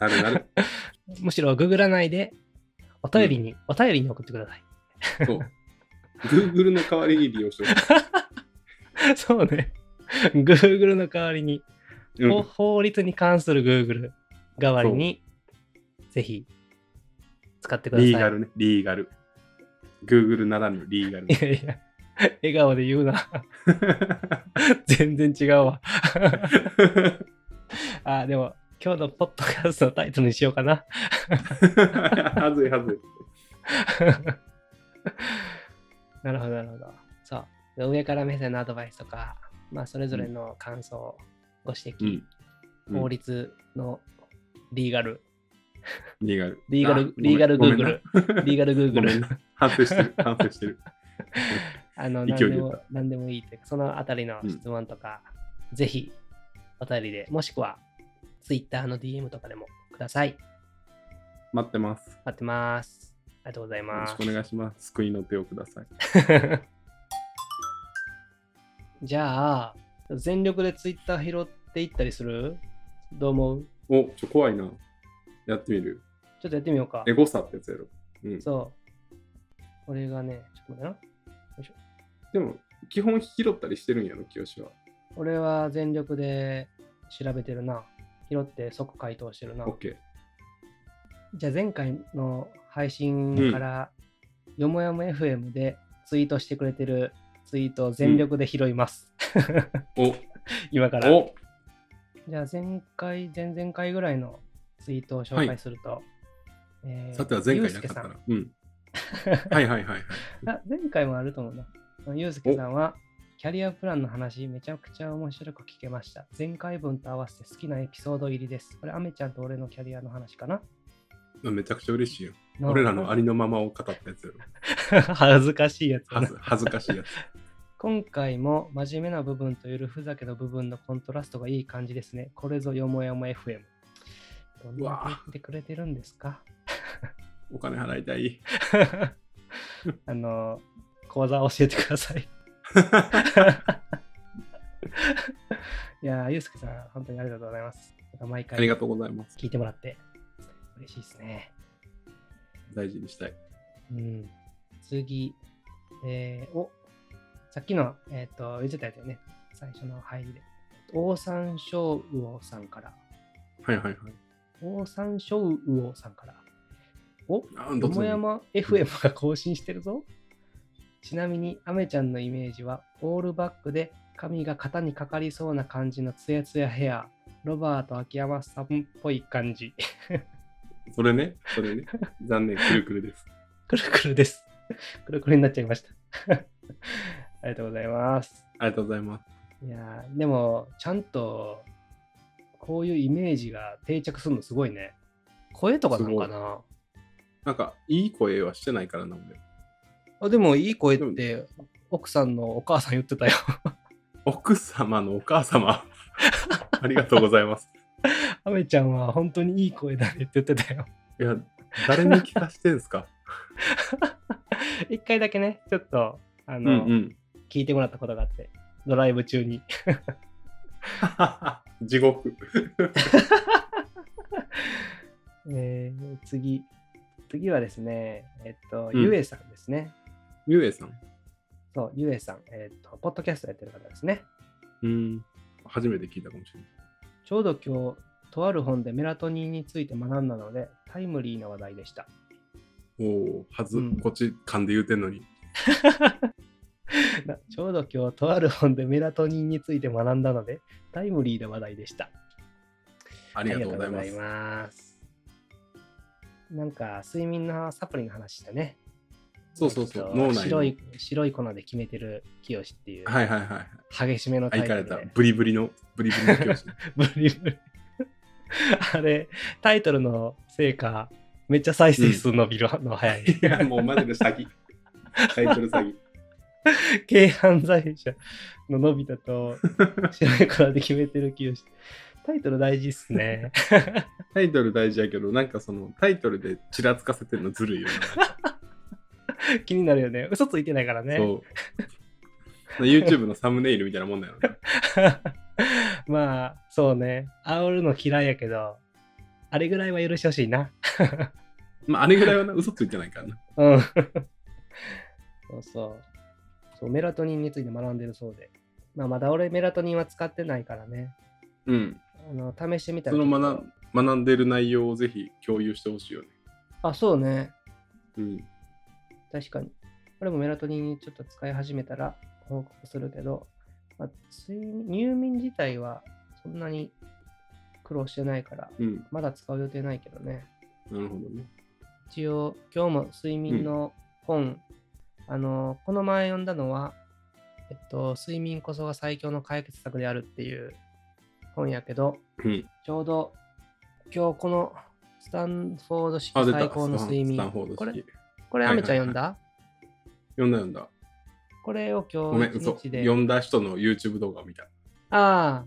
なるなる。
むしろググらないでお便りに、お便りに送ってください
<laughs>
<laughs>
そう。Google の代わりに利用してほし
そうね Google の代わりに
い。う
法
ん、
法律に関する Google 代わりに、ぜひ使ってください。
リーガルね。リーガル。Google ならぬリーガル
い。やいや、笑顔で言うな。全然違うわ。 <laughs> あ、でも、今日のポッドキャストのタイトルにしようかな。
<laughs> はずいはずい。
なるほど、なるほど。そう。で上から目線のアドバイスとか、まあ、それぞれの感想、ご指摘、
うん
法律のリーガル、
リーガル。
リーガ
あ
ル、リーガル
ごめんごめんな
Google、リー
<laughs>
ガル
ごめん
Google。
な。反省してる。反省してる。
あの、何
勢
で
いで言っ
も
た、
何でもいいというか、そのあたりの質問とか、ぜひ、お便りで、もしくは、Twitter の DM とかでもください。
待ってます。
待ってます。ありがとうござい
よろ
ま
し
す
くお。願いします。救いの手をください。
<laughs> じゃあ、全力で Twitter 拾っていったりするどう思う
お、ちょ、怖いな。やってみる。
ちょっとやってみようか
エ。ゴサってやつやろ。うん。
そう。これがね、ちょっと待ってな。
でも、基本拾ったりしてるんやろ、清は。
俺は全力で調べてるな。拾って即回答してるな
オ。ッケー。
じゃあ前回の配信から、よもやも FM でツイートしてくれてるツイートを全力で拾います。
お、
<laughs> 今から。
お、
じゃあ前回、前々回ぐらいのツイートを紹介すると。えー
さては前回なかっ
ゆうすけ
た
さん
な。うん。はいはいはいはい。
あ前回もあると思うな。あのゆうすけさんは、キャリアプランの話、めちゃくちゃ面白く聞けました。前回分と合わせて好きなエピソード入りです。これ、アメちゃんと俺のキャリアの話かな
めちゃくちゃ嬉しいよ。 <laughs> 俺らのありのままを語ったやつやろ。
<laughs> 恥ずかしいやつだな
はず恥ずかしいやつ。
今回も真面目な部分とゆるふざけの部分のコントラストがいい感じですね。これぞよもやも FM。どん
う
な
わ
に言ってくれてるんですか <laughs>
お金払いたい。 <laughs>
あの、講座教えてください。いやー、ゆうすけさん、本当にありがとうございます。なんか毎
あり
回
がとうございます。
聞いてもらって、嬉しいですね。
大事にしたい。
うん、次、えーおさっきの、えっと言ってたやつよね、最初の入りで。オサンショウウオさんから。
はいはいはい。
オサンショウウオさんから。お
あー
よもや
も
ま FM が更新してるぞ。ちなみに、アメちゃんのイメージは、オールバックで髪が肩にかかりそうな感じのツヤツヤヘア。ロバート秋山さんっぽい感じ。
それね、それね。残念、くるくるです。
くるくるです。くるくるになっちゃいました。 <laughs> ありがとうございます。
ありがとうございます。
いやーでもちゃんとこういうイメージが定着するのすごいね。声とかなんかな
なんか、いい声はしてないからな、俺。
あでもいい声って奥さんのお母さん言ってたよ。
奥様のお母 <laughs> 様。ありがとうございます。
アメちゃんは本当にいい声だねって言ってたよ。
いや、誰に聞かしてんすか
<laughs> 一回だけね、ちょっとあ
うんう
の、
ん。
聞いてもらったことがあって、ドライブ中 <laughs> に。
<laughs> 地獄。
えー次、次はですね、えっと、
うん
ゆえさんですね。
ゆうえさん。
そう、ゆえさん、えっと、ポッドキャストやってる方ですね。
うん。初めて聞いたかもしれない。
ちょうど今日、とある本でメラトニンについて学んだので、タイムリーな話題でした。 <laughs>
おお、はず、
うん
こっち勘で言うてんのに。
なちょうど今日、とある本でメラトニンについて学んだので、タイムリーな話題でした。
あ
あ
りがとうございます。
りがとうございますなんか、睡眠のサプリの話したね。
そうそうそう
えっと
脳内の
白い。白い粉で決めてる清っていう、
はいはいはい。
激しめのタ
あ、
イ
行
ト
かれ
ル
た
で。。
ブリブリの、ブリブリの教師。
ブリブリ <laughs> あれ、タイトルのせいか、めっちゃ再生数伸びるの早い。
いや、 <laughs> もうマジで詐欺。タイトル詐欺。
軽犯罪者ののび太と白いからで決めてる気がしてタイトル大事っす
<laughs>
ね
タイトル大事やけど、なんかそのタイトルでちらつかせてるのずるいよ
気になるよね嘘ついてないからね
ね。そう。YouTube のサムネイルみたいなもんだよね。
<laughs> まあそうね煽るの嫌いやけどあれぐらいは許してほしいな
まあ、あれぐらいはな嘘ついてないからな。
うん <laughs> そうそうそうメラトニンについて学んでるそうでまあまだ俺メラトニンは使ってないからね
うん。
あの試してみた
そ
ら
の学学んでる内容をぜひ共有してほしいよね。
あそうね
うん。
確かに。これもメラトニンにちょっと使い始めたら報告するけど、まあ、睡入眠自体はそんなに苦労してないから、
うん。
まだ使う予定ないけどね。
なるほどね。
一応、今日も睡眠の本、あの、この前読んだのは、えっと、睡眠こそが最強の解決策であるっていう本やけど、
うん。
ちょうど今日このスタンフォード式
あ、出た。
最高の
スタン
睡眠
スタンフォード
これ
式。
これ、
は
ア
い
メちゃん読んだ、
読んだ読んだ。
これを
ごめ
今日
ん、嘘。
一日で。
読んだ人の YouTube 動画を見た。
ああ、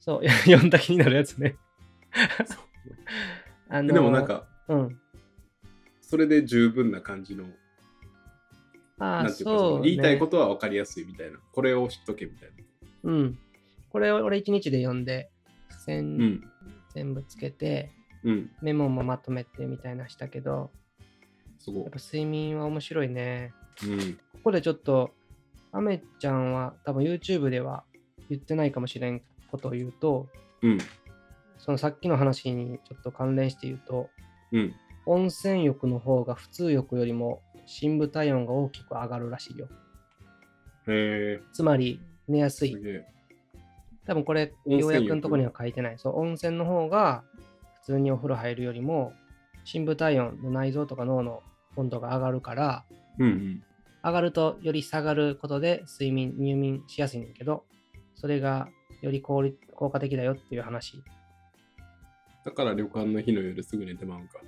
そう、 <laughs> 読んだ気になるやつ
<laughs>
ね。あの
でもなん、か、
うん。
それで十分な感じの、
あ
な
あ、
んていうか、そ
そう、
の
ね。
言いたいことは分かりやすいみたいな。これを知っとけみたいな。
うん。これを俺一日で読んで、付箋、
うん。
全部つけて、
うん。
メモもまとめてみたいなしたけど、
すごい
やっ。ぱ睡眠は面白いね。
うん。
ここでちょっと、アメちゃんは多分 YouTube では言ってないかもしれんことを言うと、
うん。
そのさっきの話にちょっと関連して言うと、
うん。
温泉浴の方が普通浴よりも深部体温が大きく上がるらしいよ。
へえ。
つまり寝やす
す
い。
げえ。
多分これ、
温泉浴
要約のとこには書いてない。そう、温泉の方が普通にお風呂入るよりも深部体温の内臓とか脳の温度が上がるから、
うん
上がるとより下がることで睡眠、入眠しやすいんだけど、それがより効率効果的だよっていう話。
だから旅館の日の夜すぐ寝てまうんか。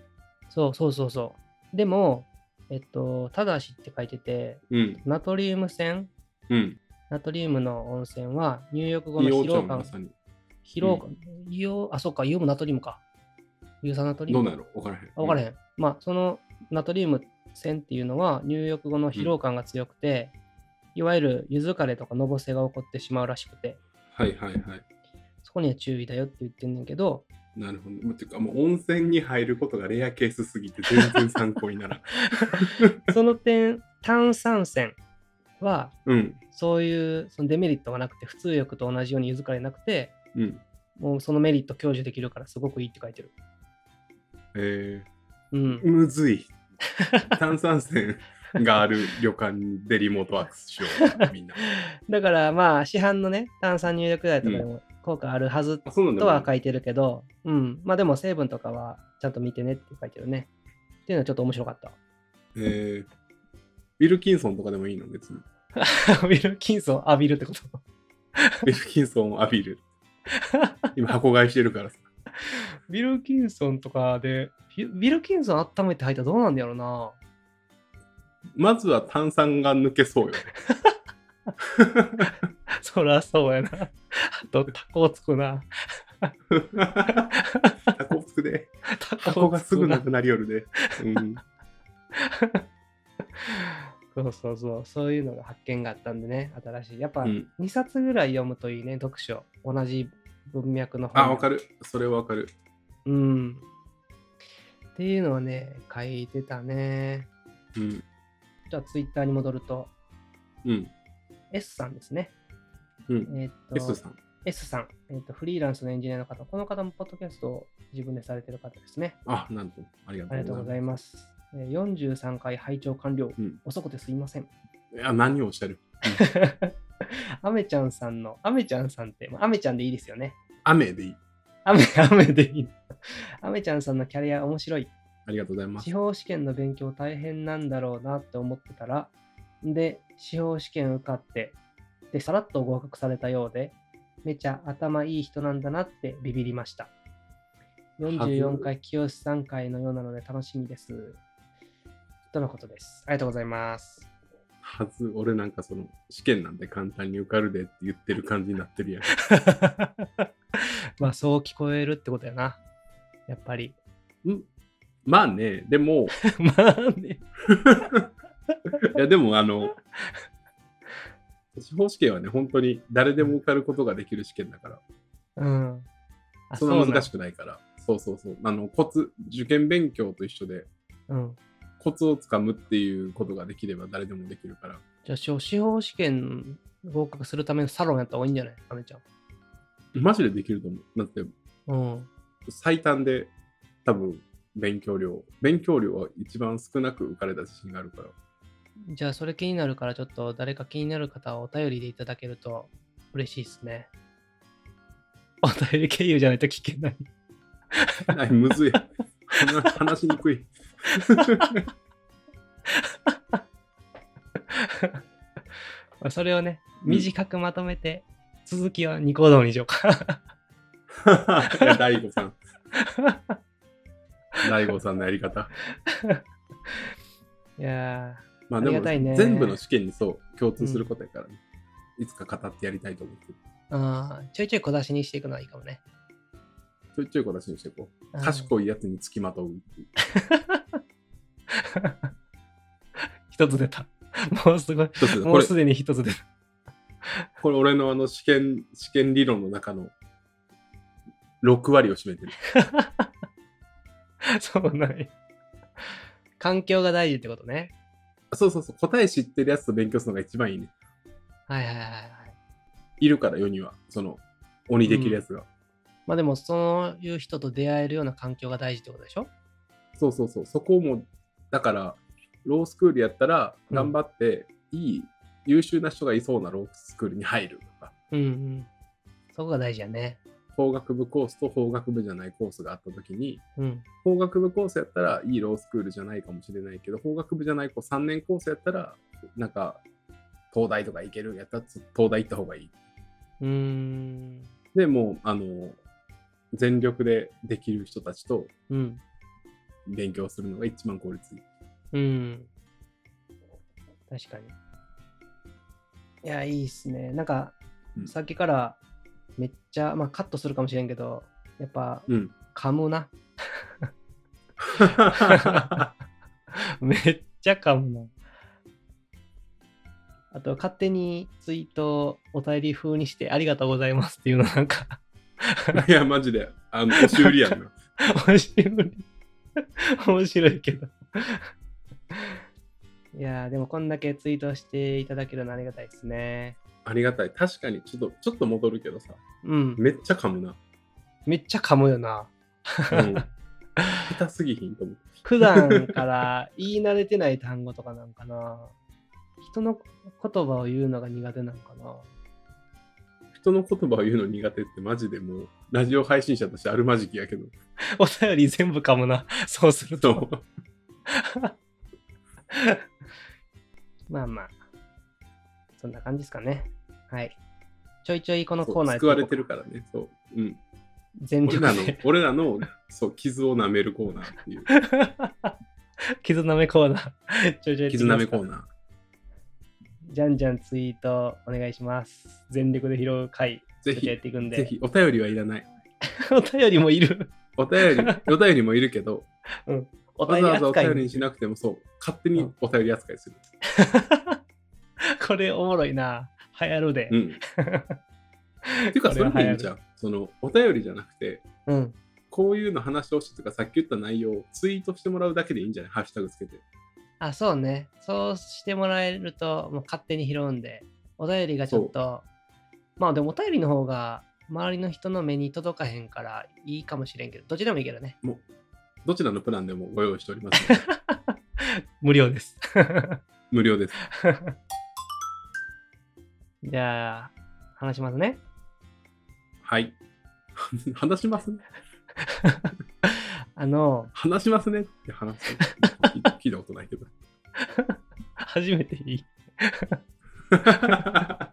そうそうそうそう。でも、えっと、ただしって書いてて、
うん。
ナトリウム線
うん。
ナトリウムの温泉は入浴後の
いいお
疲
茶
労
もま
感、
さに。
疲労感、硫黄あ、そっか、硫黄もナトリウムか。硫酸ナトリウ
どう
ム
なんやろ分からへん。
あわからへ
ん。
ん。まあ、そのナトリウム腺っていうのは入浴後の疲労感が強くて、いわゆる湯疲れとかのぼせが起こってしまうらしくて、
はいはいはい。
そこには注意だよって言ってんねんけど、
なるほど。もうてかもう温泉に入ることがレアケースすぎて全然参考
<laughs>
にならん。
その点、炭酸泉は
うん。
そういうそのデメリットがなくて、普通浴と同じように湯疲れなくて、
うん。
もうそのメリット享受できるからすごくいいって書いてる。
え
う
ー、
ん。
むず
<laughs>
い。炭酸泉がある旅館でリモートワークしよ
<laughs>
う、みんな。
だからまあ市販のね、炭酸入力剤とかでも効果あるはず
あ、そうなんだ。
とは書いてるけど、うん。まあでも成分とかはちゃんと見てねって書いてるね。っていうのはちょっと面白か <laughs> った。
えー、ウィルキンソンとかでもいいの、別に。
ウィルキンソン浴びるってこと
ウィルキンソンを浴
<laughs>
びる。今、箱買いしてるからさ。
ウィルキンソンとかで、ウィウィルキンソン温めて入ったらどうなんだろうな。
まずは炭酸が抜けそうよね。
そらそうやな。あと、タコつくな。
タコつくで。
タ
箱がすぐなくなりよるで。うん。
そうそうそう、そういうのが発見があったんでね、新しい。やっぱ
うん、
2冊ぐらい読むといいね、読書。同じ文脈の本。
あ、わかる。それはわかる。
うん。っていうのはね、書いてたね。
うん。
じゃあ、ツイッターに戻ると、
うん。
S さんですね。
うん。
えーっと
S さん。
S さん、えーと、フリーランスのエンジニアの方、この方もポッドキャストを自分でされてる方ですね。
あ、なんと。ありが
ありがと
と
う
う
ご
ご
ざ
ざ
い
いま
ます。えー43回拝聴完了。
うん
遅くてすいません。
す。いや、何をおっしゃる
<laughs> アメちゃんさんの、アメちゃんさんって、まあアメちゃんでいいですよね。
雨でいい。
アメ、 <laughs> アメでいい。アメちゃんさんのキャリア面白い。
ありがとうございます
司。法試験の勉強大変なんだろうなって思ってたら、で、司法試験受かって、で、さらっと合格されたようで、めちゃ頭いい人なんだなってビビりました。44回清志3回のようなので楽しみです。とのことです。ありがとうございます。
はず、俺なんかその、試験なんて簡単に受かるでって言ってる感じになってるやん。
<laughs> まあ、そう聞こえるってことやな。やっぱり。
うんまあね、でも、
<laughs> まあね。
いやでもあの、司法試験はね、本当に誰でも受かることができる試験だから、
うん。あ
そんな
うな
難しくないから、そうそうそうあの、コツ、受験勉強と一緒で、
うん。
コツをつかむっていうことができれば誰でもできるから、
じゃあ、司法司法試験合格するためのサロンやった方がいいんじゃないアメちゃん。
マジでできると思う。だって、
うん。
最短で多分、勉強量、勉強量は一番少なく受かれた自信があるから、
じゃあ、それ気になるから、ちょっと誰か気になる方はお便りでいただけると嬉しいですね。お便り経由じゃないと聞けない。
<laughs> あむずい。話話しにくい。 <laughs>
まあそれをね、
うん
短くまとめて、続きはニコ動にしようか。
いや、大悟さん。大悟さんのやり方。
いや
まあで
あ
も、
りがたいね
全部の試験にそう共通することやからね。いつか語ってやりたいと思ってる。
ーあーちょいちょい小出しにしていくのはいいかもね。
ちょいちょい小出しにしていこう。
うん
賢いやつにつきまとうっていう。
一つ出た。もうすごい。
一つ
も
だこ
う
れ
す、でに一つ出た。
これ俺のあの試験、試験理論の中の6割を占めてる。
<laughs> そうなんや環境が大事ってことね。
そうそうそう。答え知ってるやつと勉強するのが一番いいね。
はいはいはいはい。
いるから世には、その鬼できるやつが。
まあでも、そういう人と出会えるような環境が大事ってことでしょ
そうそうそう、そこも、だから、ロースクールやったら、
うん
頑張って、いい、優秀な人がいそうなロースクールに入るとか、
うんうん。そこが大事やね。
法学部コースと法学部じゃないコースがあったときに、
うん。
法学部コースやったら、いいロースクールじゃないかもしれないけど、法学部じゃない子、3年コースやったら、なんか、東大とか行けるやったら、東大行った方がいい。
うーん。
でもう、あの、全力でできる人たちと
うん。
勉強するのが一番効率いい。
うん。確かに。いや、いいっすね。なんか、
うん
さっきからめっちゃ、まあカットするかもしれんけど、やっぱ
うん。
<laughs> 噛むな。めっゃかもな。あと、勝手にツイートをお便り風にしてありがとうございますっていうのなんか、 <laughs>
いや、マジで、あの、押し売りやんな。
面白い。面白いけど。いやー、でもこんだけツイートしていただけるのありがたいですね。
ありがたい。確かに、ちょっと、ちょっと戻るけどさ、
うん。
めっちゃ噛むな。
めっちゃ噛むよな。
うん、下手すぎひんと思う。
普段から言い慣れてない単語とかなんかな。人の言葉を言うのが苦手なのかな。
人の言葉を言うの苦手って、マジでもう、ラジオ配信者としてあるまじきやけど。
<laughs> お便り全部噛むな。 <laughs> そうする
そ
と。
う。
まあまあ。そんな感じですかね。はい。ちょいちょいこのコ
そ
ー
う
ナー
救われてるからね。そう。うん。
全
俺
力
らの
で、
俺らの、そう、傷を舐めるコーナーって
<laughs>
いう。
傷なめコーナー。 <laughs> ちょいちょい
傷舐めコー
ー。
ナー。
じゃんじゃんツイートお願いします。全力で拾う回、
ぜ
ちょいちょいや
ひ
っ、ていくんで。
ぜひ、お便りはいらない。
<laughs> お便りもいる。
お便り、
<laughs>
お便りもいるけど、
お便
わざ
り
わざお
扱い
便りにしなくても、そう、勝手にお便り扱いする。
これおもろいな。流行るで
う。ん。っていうか、それもいいんじゃん。その、お便りじゃなくて、
うん。
こういうの話してほしいとか、さっき言った内容をツイートしてもらうだけでいいんじゃないハッシュタグつけて。
あ、そうね。そうしてもらえると、もう勝手に拾うんで、お便りがちょっと、まあでもお便りの方が、周りの人の目に届かへんからいいかもしれんけど、どっちでもいいけどね。
どちらのプランでもご用意しておりま
<laughs>
すので
無料です。
無料です。
<laughs> じゃあ、話しますね。
はい。 <laughs> 話しますね。
あの、
話しますねって話す。聞いたことな
<laughs>
いけど。
初めていい。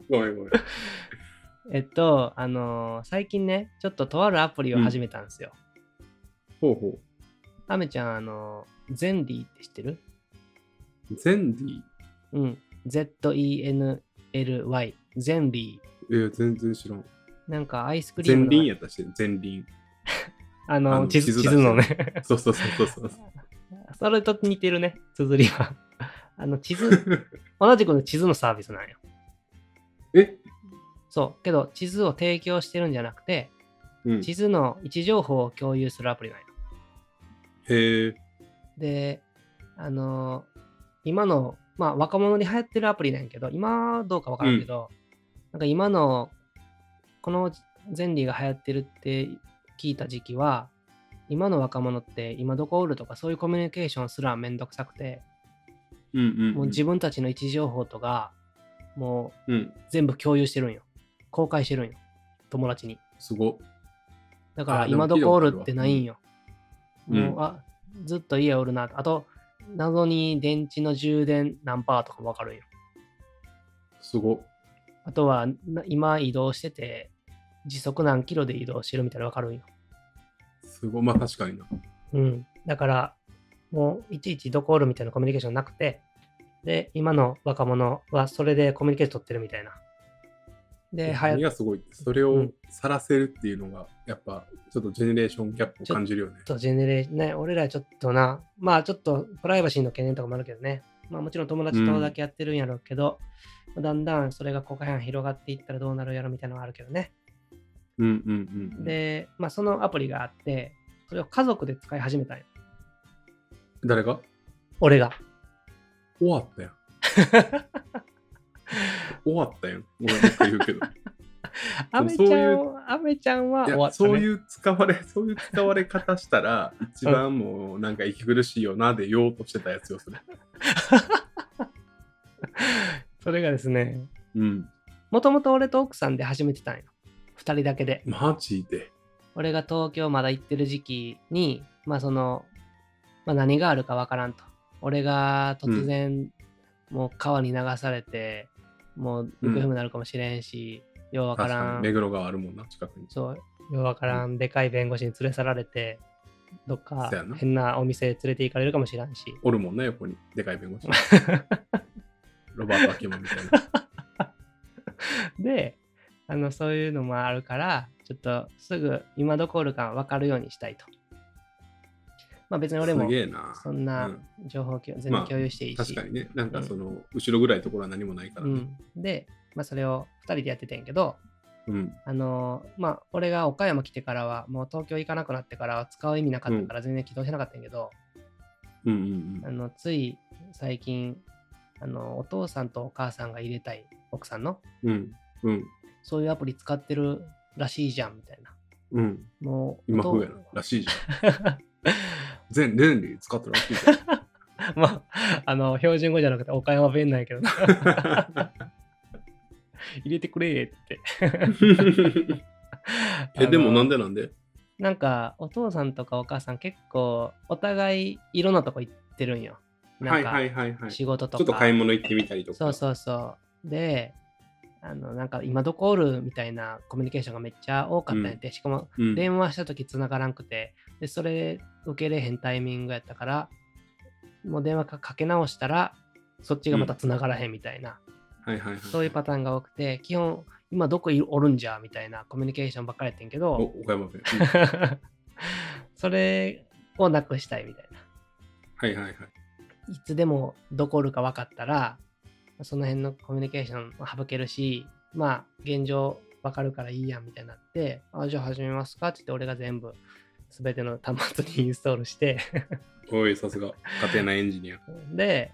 ごめんごめん。
えっと、あの、最近ね、ちょっととあるアプリを始めたんですよ。
ほうほ
アメちゃん、あの、ゼンディって知ってる
う。ゼンディ
うん。Z-E-N-L-Y。ゼンリー。
えー、全然知らん。
なんかアイスクリ
ゼ
ーム
ン
の。
リンやったし、ゼン
<laughs>
リン。
あ
あ
の
の
地図、地
地図だ
図のね。
そうそうそうそう
<laughs>
そう。
それと似てるね、綴りは。 <laughs> あの、地図、同じくの地図のサービスなんよ。
え
そう。けど、地図を提供してるんじゃなくて、
うん。
地図の位置情報を共有するアプリなんよ。
へえ。
で、あのー今の、まあ、若者に流行ってるアプリなんやけど、今はどうかわからんけど、なんか今の、このゼンリーが流行ってるって聞いた時期は、今の若者って今どこおるとかそういうコミュニケーションすらめんどくさくて、
うんうん、うん。
もう自分たちの位置情報とか、もう
うん。
全部共有してるんよ。公開してるんよ。友達に。
すご。
だから
あでも
今どこおるってないんよ。
聞いた
もう、
こ
あ、ずっと家おるな。あと、謎に電池の充電何パーとかもわかるんよ。
すご。
あとは、な今移動してて、時速何キロで移動してるみたいなのわかるんよ。
すご。まあ確かにな。
うん。だから、もういちいちどこおるみたいなコミュニケーションなくて、で、今の若者はそれでコミュニケーション取ってるみたいな。で、はや
何がすごいって、それ
う
を
ん
さらせるっていうのが、やっぱ、ちょっとジェネレーションギャップを感じるよね
ちょ。っとジェネレーション、ね、俺らちょっとな、まあちょっとプライバシーの懸念とかもあるけどね、まあもちろん友達とだけやってるんやろうけど、だんだんそれが公開範囲広がっていったらどうなるやろみたいなのはあるけどね。
うんうんうんうん。
で、まあそのアプリがあって、それを家族で使い始めたんよ。
誰が
俺が。
終わったやん。
<laughs>
終わったやん。俺もう一回言うけど。
アメち
そうい
ゃ、
うん
アメちゃんはい終
や
わった、ね。
そういう使われ、 <laughs> そういう使われ方したら、一番もうなんか息苦しいよなで言おうとしてたやつよ、それ。
それがですね、
うん。
もともと俺と奥さんで始めてたんよ。二人だけで。
マジで。
俺が東京まだ行ってる時期に、まあその、まあ、何があるかわからんと。俺が突然、もう川に流されて、もう行方不明になるかもしれんし、ようわか
確
ら
かに、
ん、
目黒川あるもんな、近くに。
そう、ようわからん、でかい弁護士に連れ去られて、どっか
そやな
変なお店連れて行かれるかもしれんし。
おるもんな、横に。でかい
<laughs>
弁護士。ロバート・秋山みたいな。
で、あの、そういうのもあるから、ちょっとすぐ今どこおるかわかるようにしたいと。まあ別 <laughs> に俺
す
も
げえな。
そんな
うん
情報共全
ま
部
あ
共有していい
確
し
か、にね、なんかその、後ろぐらいのところは何もないから
う
ね。
ん、で、まあ、それを2人でやってたんやけど
うん。
あのーまあ俺が岡山来てからはもう東京行かなくなってからは使う意味なかったから全然起動してなかったんやけど、
うんうん
あのつい最近あのお父さんとお母さんが入れたい奥さんの
うん。うん。うん。
そういうアプリ使ってるらしいじゃんみたいな
うん。
もう
今風やな。らしいじゃん。
<laughs>
全連理使ってるらしいじゃん。
な <laughs> まああの標準語じゃなくて岡山弁なんやけど <laughs> 入れてくれって <laughs>
え、でもなん
で
でなんで
なんかお父さんとかお母さん結構お互いいろんなとこ行ってるんよな
は
ん
い
か
はいはいはい。ち
仕事と
ょ
か、
っと買い物行ってみたりとか。
そうそうそう。で、あの、なんか今どこおるみたいなコミュニケーションがめっちゃ多かったんやって、しかも
うん。
電話した時繋がらんくて、で、それ受けれへんタイミングやったから、もう電話かかけ直したら、そっちがまた繋がらへんみたいな、
はいはいはい。
そういうパターンが多くて、基本、今どこいおるんじゃみたいなコミュニケーションばっかりやってんけ
お、
ど、
岡山弁。
<laughs>
うん
それをなくしたいみたいな。
はいはいはい。
いつでもどこおるか分かったら、その辺のコミュニケーションを省けるし、まあ、現状分かるからいいやんみたいになって、あじゃあ始めますかって言って、俺が全部、すべての端末にインストールして、 <laughs>
おい、さすが。家庭内エンジニア。
で、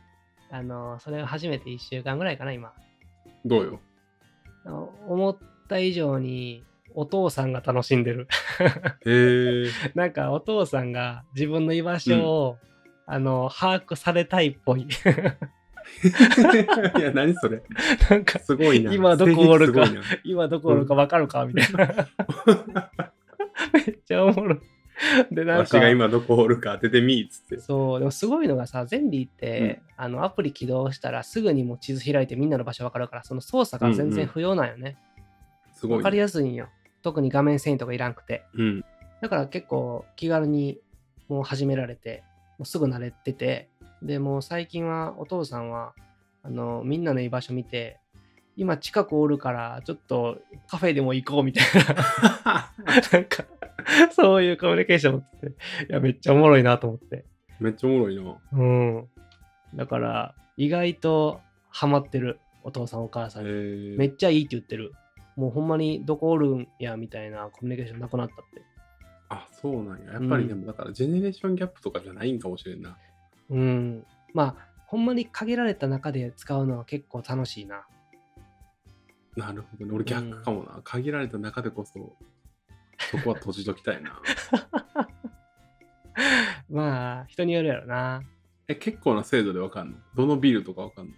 あの、それを初めて1週間ぐらいかな、今。
どうよ。
あの思った以上に、お父さんが楽しんでる。 <laughs>
へえ。
なんか、お父さんが自分の居場所を、あの、把握されたいっぽい。
<laughs>
<laughs>
いや、何それ。
なんか、
すごいな。
今どこおるか
性格す
今どこおるか分かるかみたいな。
ごいな。
めっちゃおもろい。で、なんか、
わしが今どこおるか当ててみーっつって。
そう、でもすごいのがさ、ゼンリーって、あのアプリ起動したらすぐにもう地図開いてみんなの場所分かるから、その操作が全
うんう
然
ん
不要なんよね。
す
わ
ごい
かり
ね。
やすいんよ。特に画面遷移とかいらんくて。
うん。
だから結構気軽にもう始められて、もうすぐ慣れてて、でもう最近はお父さんは、あの、みんなの居場所見て、今近くおるから、ちょっとカフェでも行こうみたいな。 <laughs> なんか、そういうコミュニケーションを取ってて、いや、めっちゃおもろいなと思って。
めっちゃおもろいな。
うん。だから、意外とハマってる、お父さん、お母さんに。
へ
めっちゃいいって言ってる。もうほんまにどこおるんやみたいなコミュニケーションなくなったって。
あ、そうなんや。やっぱ
うん
りでも、だから、ジェネレーションギャップとかじゃないんかもしれんな。
うん。まあ、ほんまに限られた中で使うのは結構楽しいな。
なるほどね。俺逆かもな。限られた中でこそ、そこは閉じときたいな。
まあ、人によるやろな。
え、結構な精度でわかんのどのビルとかわかんの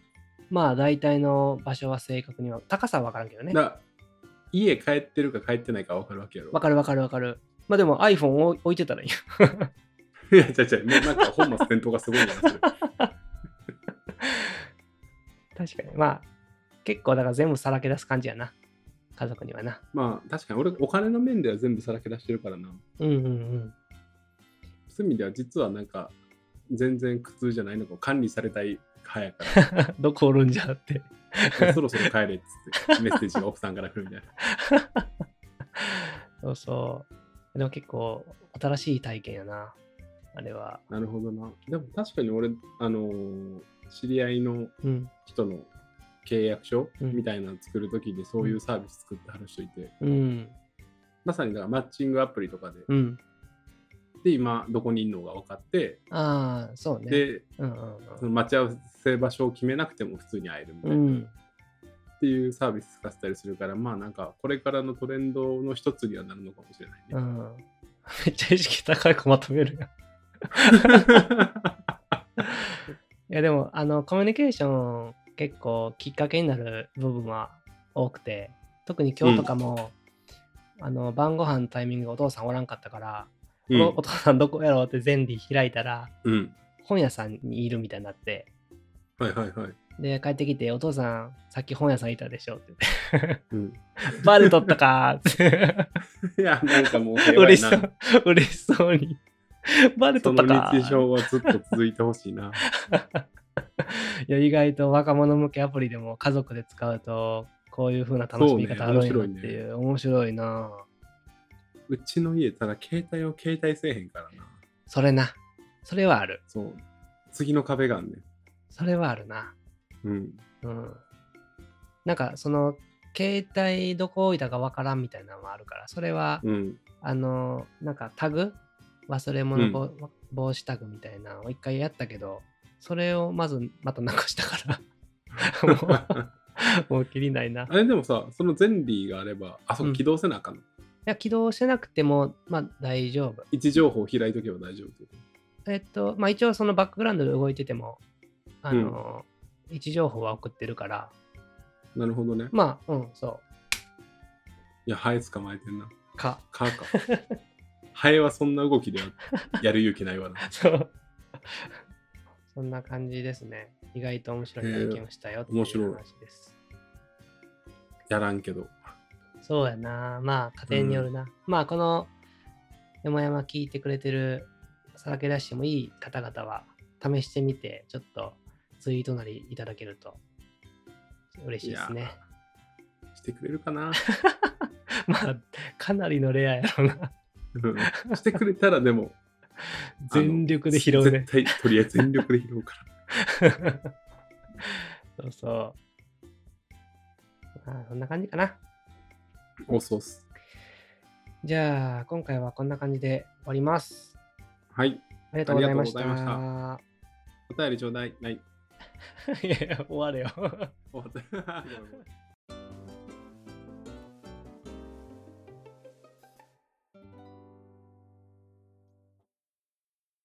まあ、大体の場所は正確には、高さは分からんけどね。
だから家帰ってるか帰ってないかわかるわけやろ。
分かる分かる分かる。まあでも iPhone を置いてたらいいよ。
<laughs> いや、ちゃちゃ、もうなんか本末転倒がすごいな。それ <laughs>
確かに。まあ、結構だから全部さらけ出す感じやな。家族にはな。
まあ、確かに俺、お金の面では全部さらけ出してるからな。
うんうんうん。
そういう意味では、実はなんか、全然苦痛じゃないのか、管理されたい派やから、
<laughs> どこおるんじゃって。 <laughs>
そろそろ帰れっつって、メッセージが奥さんから来るみたいな。
そうそう。でも結構新しい体験やな。あれは。
なるほどな。でも確かに俺、あのー知り合いの
うん。
人の契約書
うん
みたいなの作るときにそういうサービス作ってはる人いて、
うん。
まさにだからマッチングアプリとかで、
うん。
で、今どこにいるのが分かって、
ああ、そうね。
で、
うんうん
その待ち合わせ場所を決めなくても普通に会えるみた
う
いな、っ
ん。
ていうサービス使ってたりするから、まあなんかこれからのトレンドの一つにはなるのかもしれないね。
うん。うん。めっちゃ意識高くまとめるやん。いやでも、あの、コミュニケーション結構きっかけになる部分は多くて、特に今日とかも、あの、晩ご飯のタイミングでお父さんおらんかったから、
<laughs> うん
<laughs> おお父さんどこやろうって全理開いたら、
うん。
本屋さんにいるみたいになって、
はいはいはい。
で、帰ってきて、お父さん、さっき本屋さんいたでしょって <laughs> 言って
うん、
バレとったかーって。
<laughs> い <laughs> や、なんかもう平和やな
嬉 <laughs> しそう、嬉しそうに。バレと
そ
った
の
か
日
ー
常はずっと続いてほしいな。
いや、意外と若者向けアプリでも家族で使うと、こういう風な楽しみ方あるんやなっていう、面白いな
うちの家、ただ携帯を携帯せえへんからな。
それな。それはある。
そう。次の壁があんね。
それはあるな。
うん。
うん。なんか、その、携帯どこ置いたかわからんみたいなのもあるから、それは、 <laughs>
うん。
あの、なんかタグ忘れ物ぼ、防止タグみたいなのを一回やったけど、それをまずまたなくした
<laughs>
から、もう、もう切りないな。い
あれでもさ、そのゼンリーがあれば、あそうこ
ん
起動せなあかんの。
や、起動してなくても、まあ大丈夫。
位置情報を開いとけば大丈夫ってこと
えっと、まあ一応そのバックグラウンドで動いてても、あの、位置情報は送ってるから、
なるほどね。
まあ、うん、そ
いや、ハエ捕まえてんな。
う、か。
かか。ハエはそんな動きではやる勇気ないわな。
そう。そんな感じですね。意外と面白い体験をしたよっていう
面白い
話です。
やらんけど。
そうやな。まあ、家庭によるな。まあ、この、山々聞いてくれてる、さらけ出してもいい方々は、試してみて、ちょっとツイートなりいただけると、嬉しいです
い
ね。
してくれるかな <laughs>
<laughs> まあ、かなりのレアや
<laughs>
ろな。
うんしてくれたらでも。
全力で拾うね
あの絶対、とりあえず全力で拾うから。
<laughs> そうそう。まあ、そんな感じかな。
<laughs> おそうっす。
じゃあ、今回はこんな感じで終わります。
はい。
ありがとうございまし
ありがとうござい
た。
お便りちょうだい。ない。
<laughs> いやいや終われよ。
<laughs> 終わった。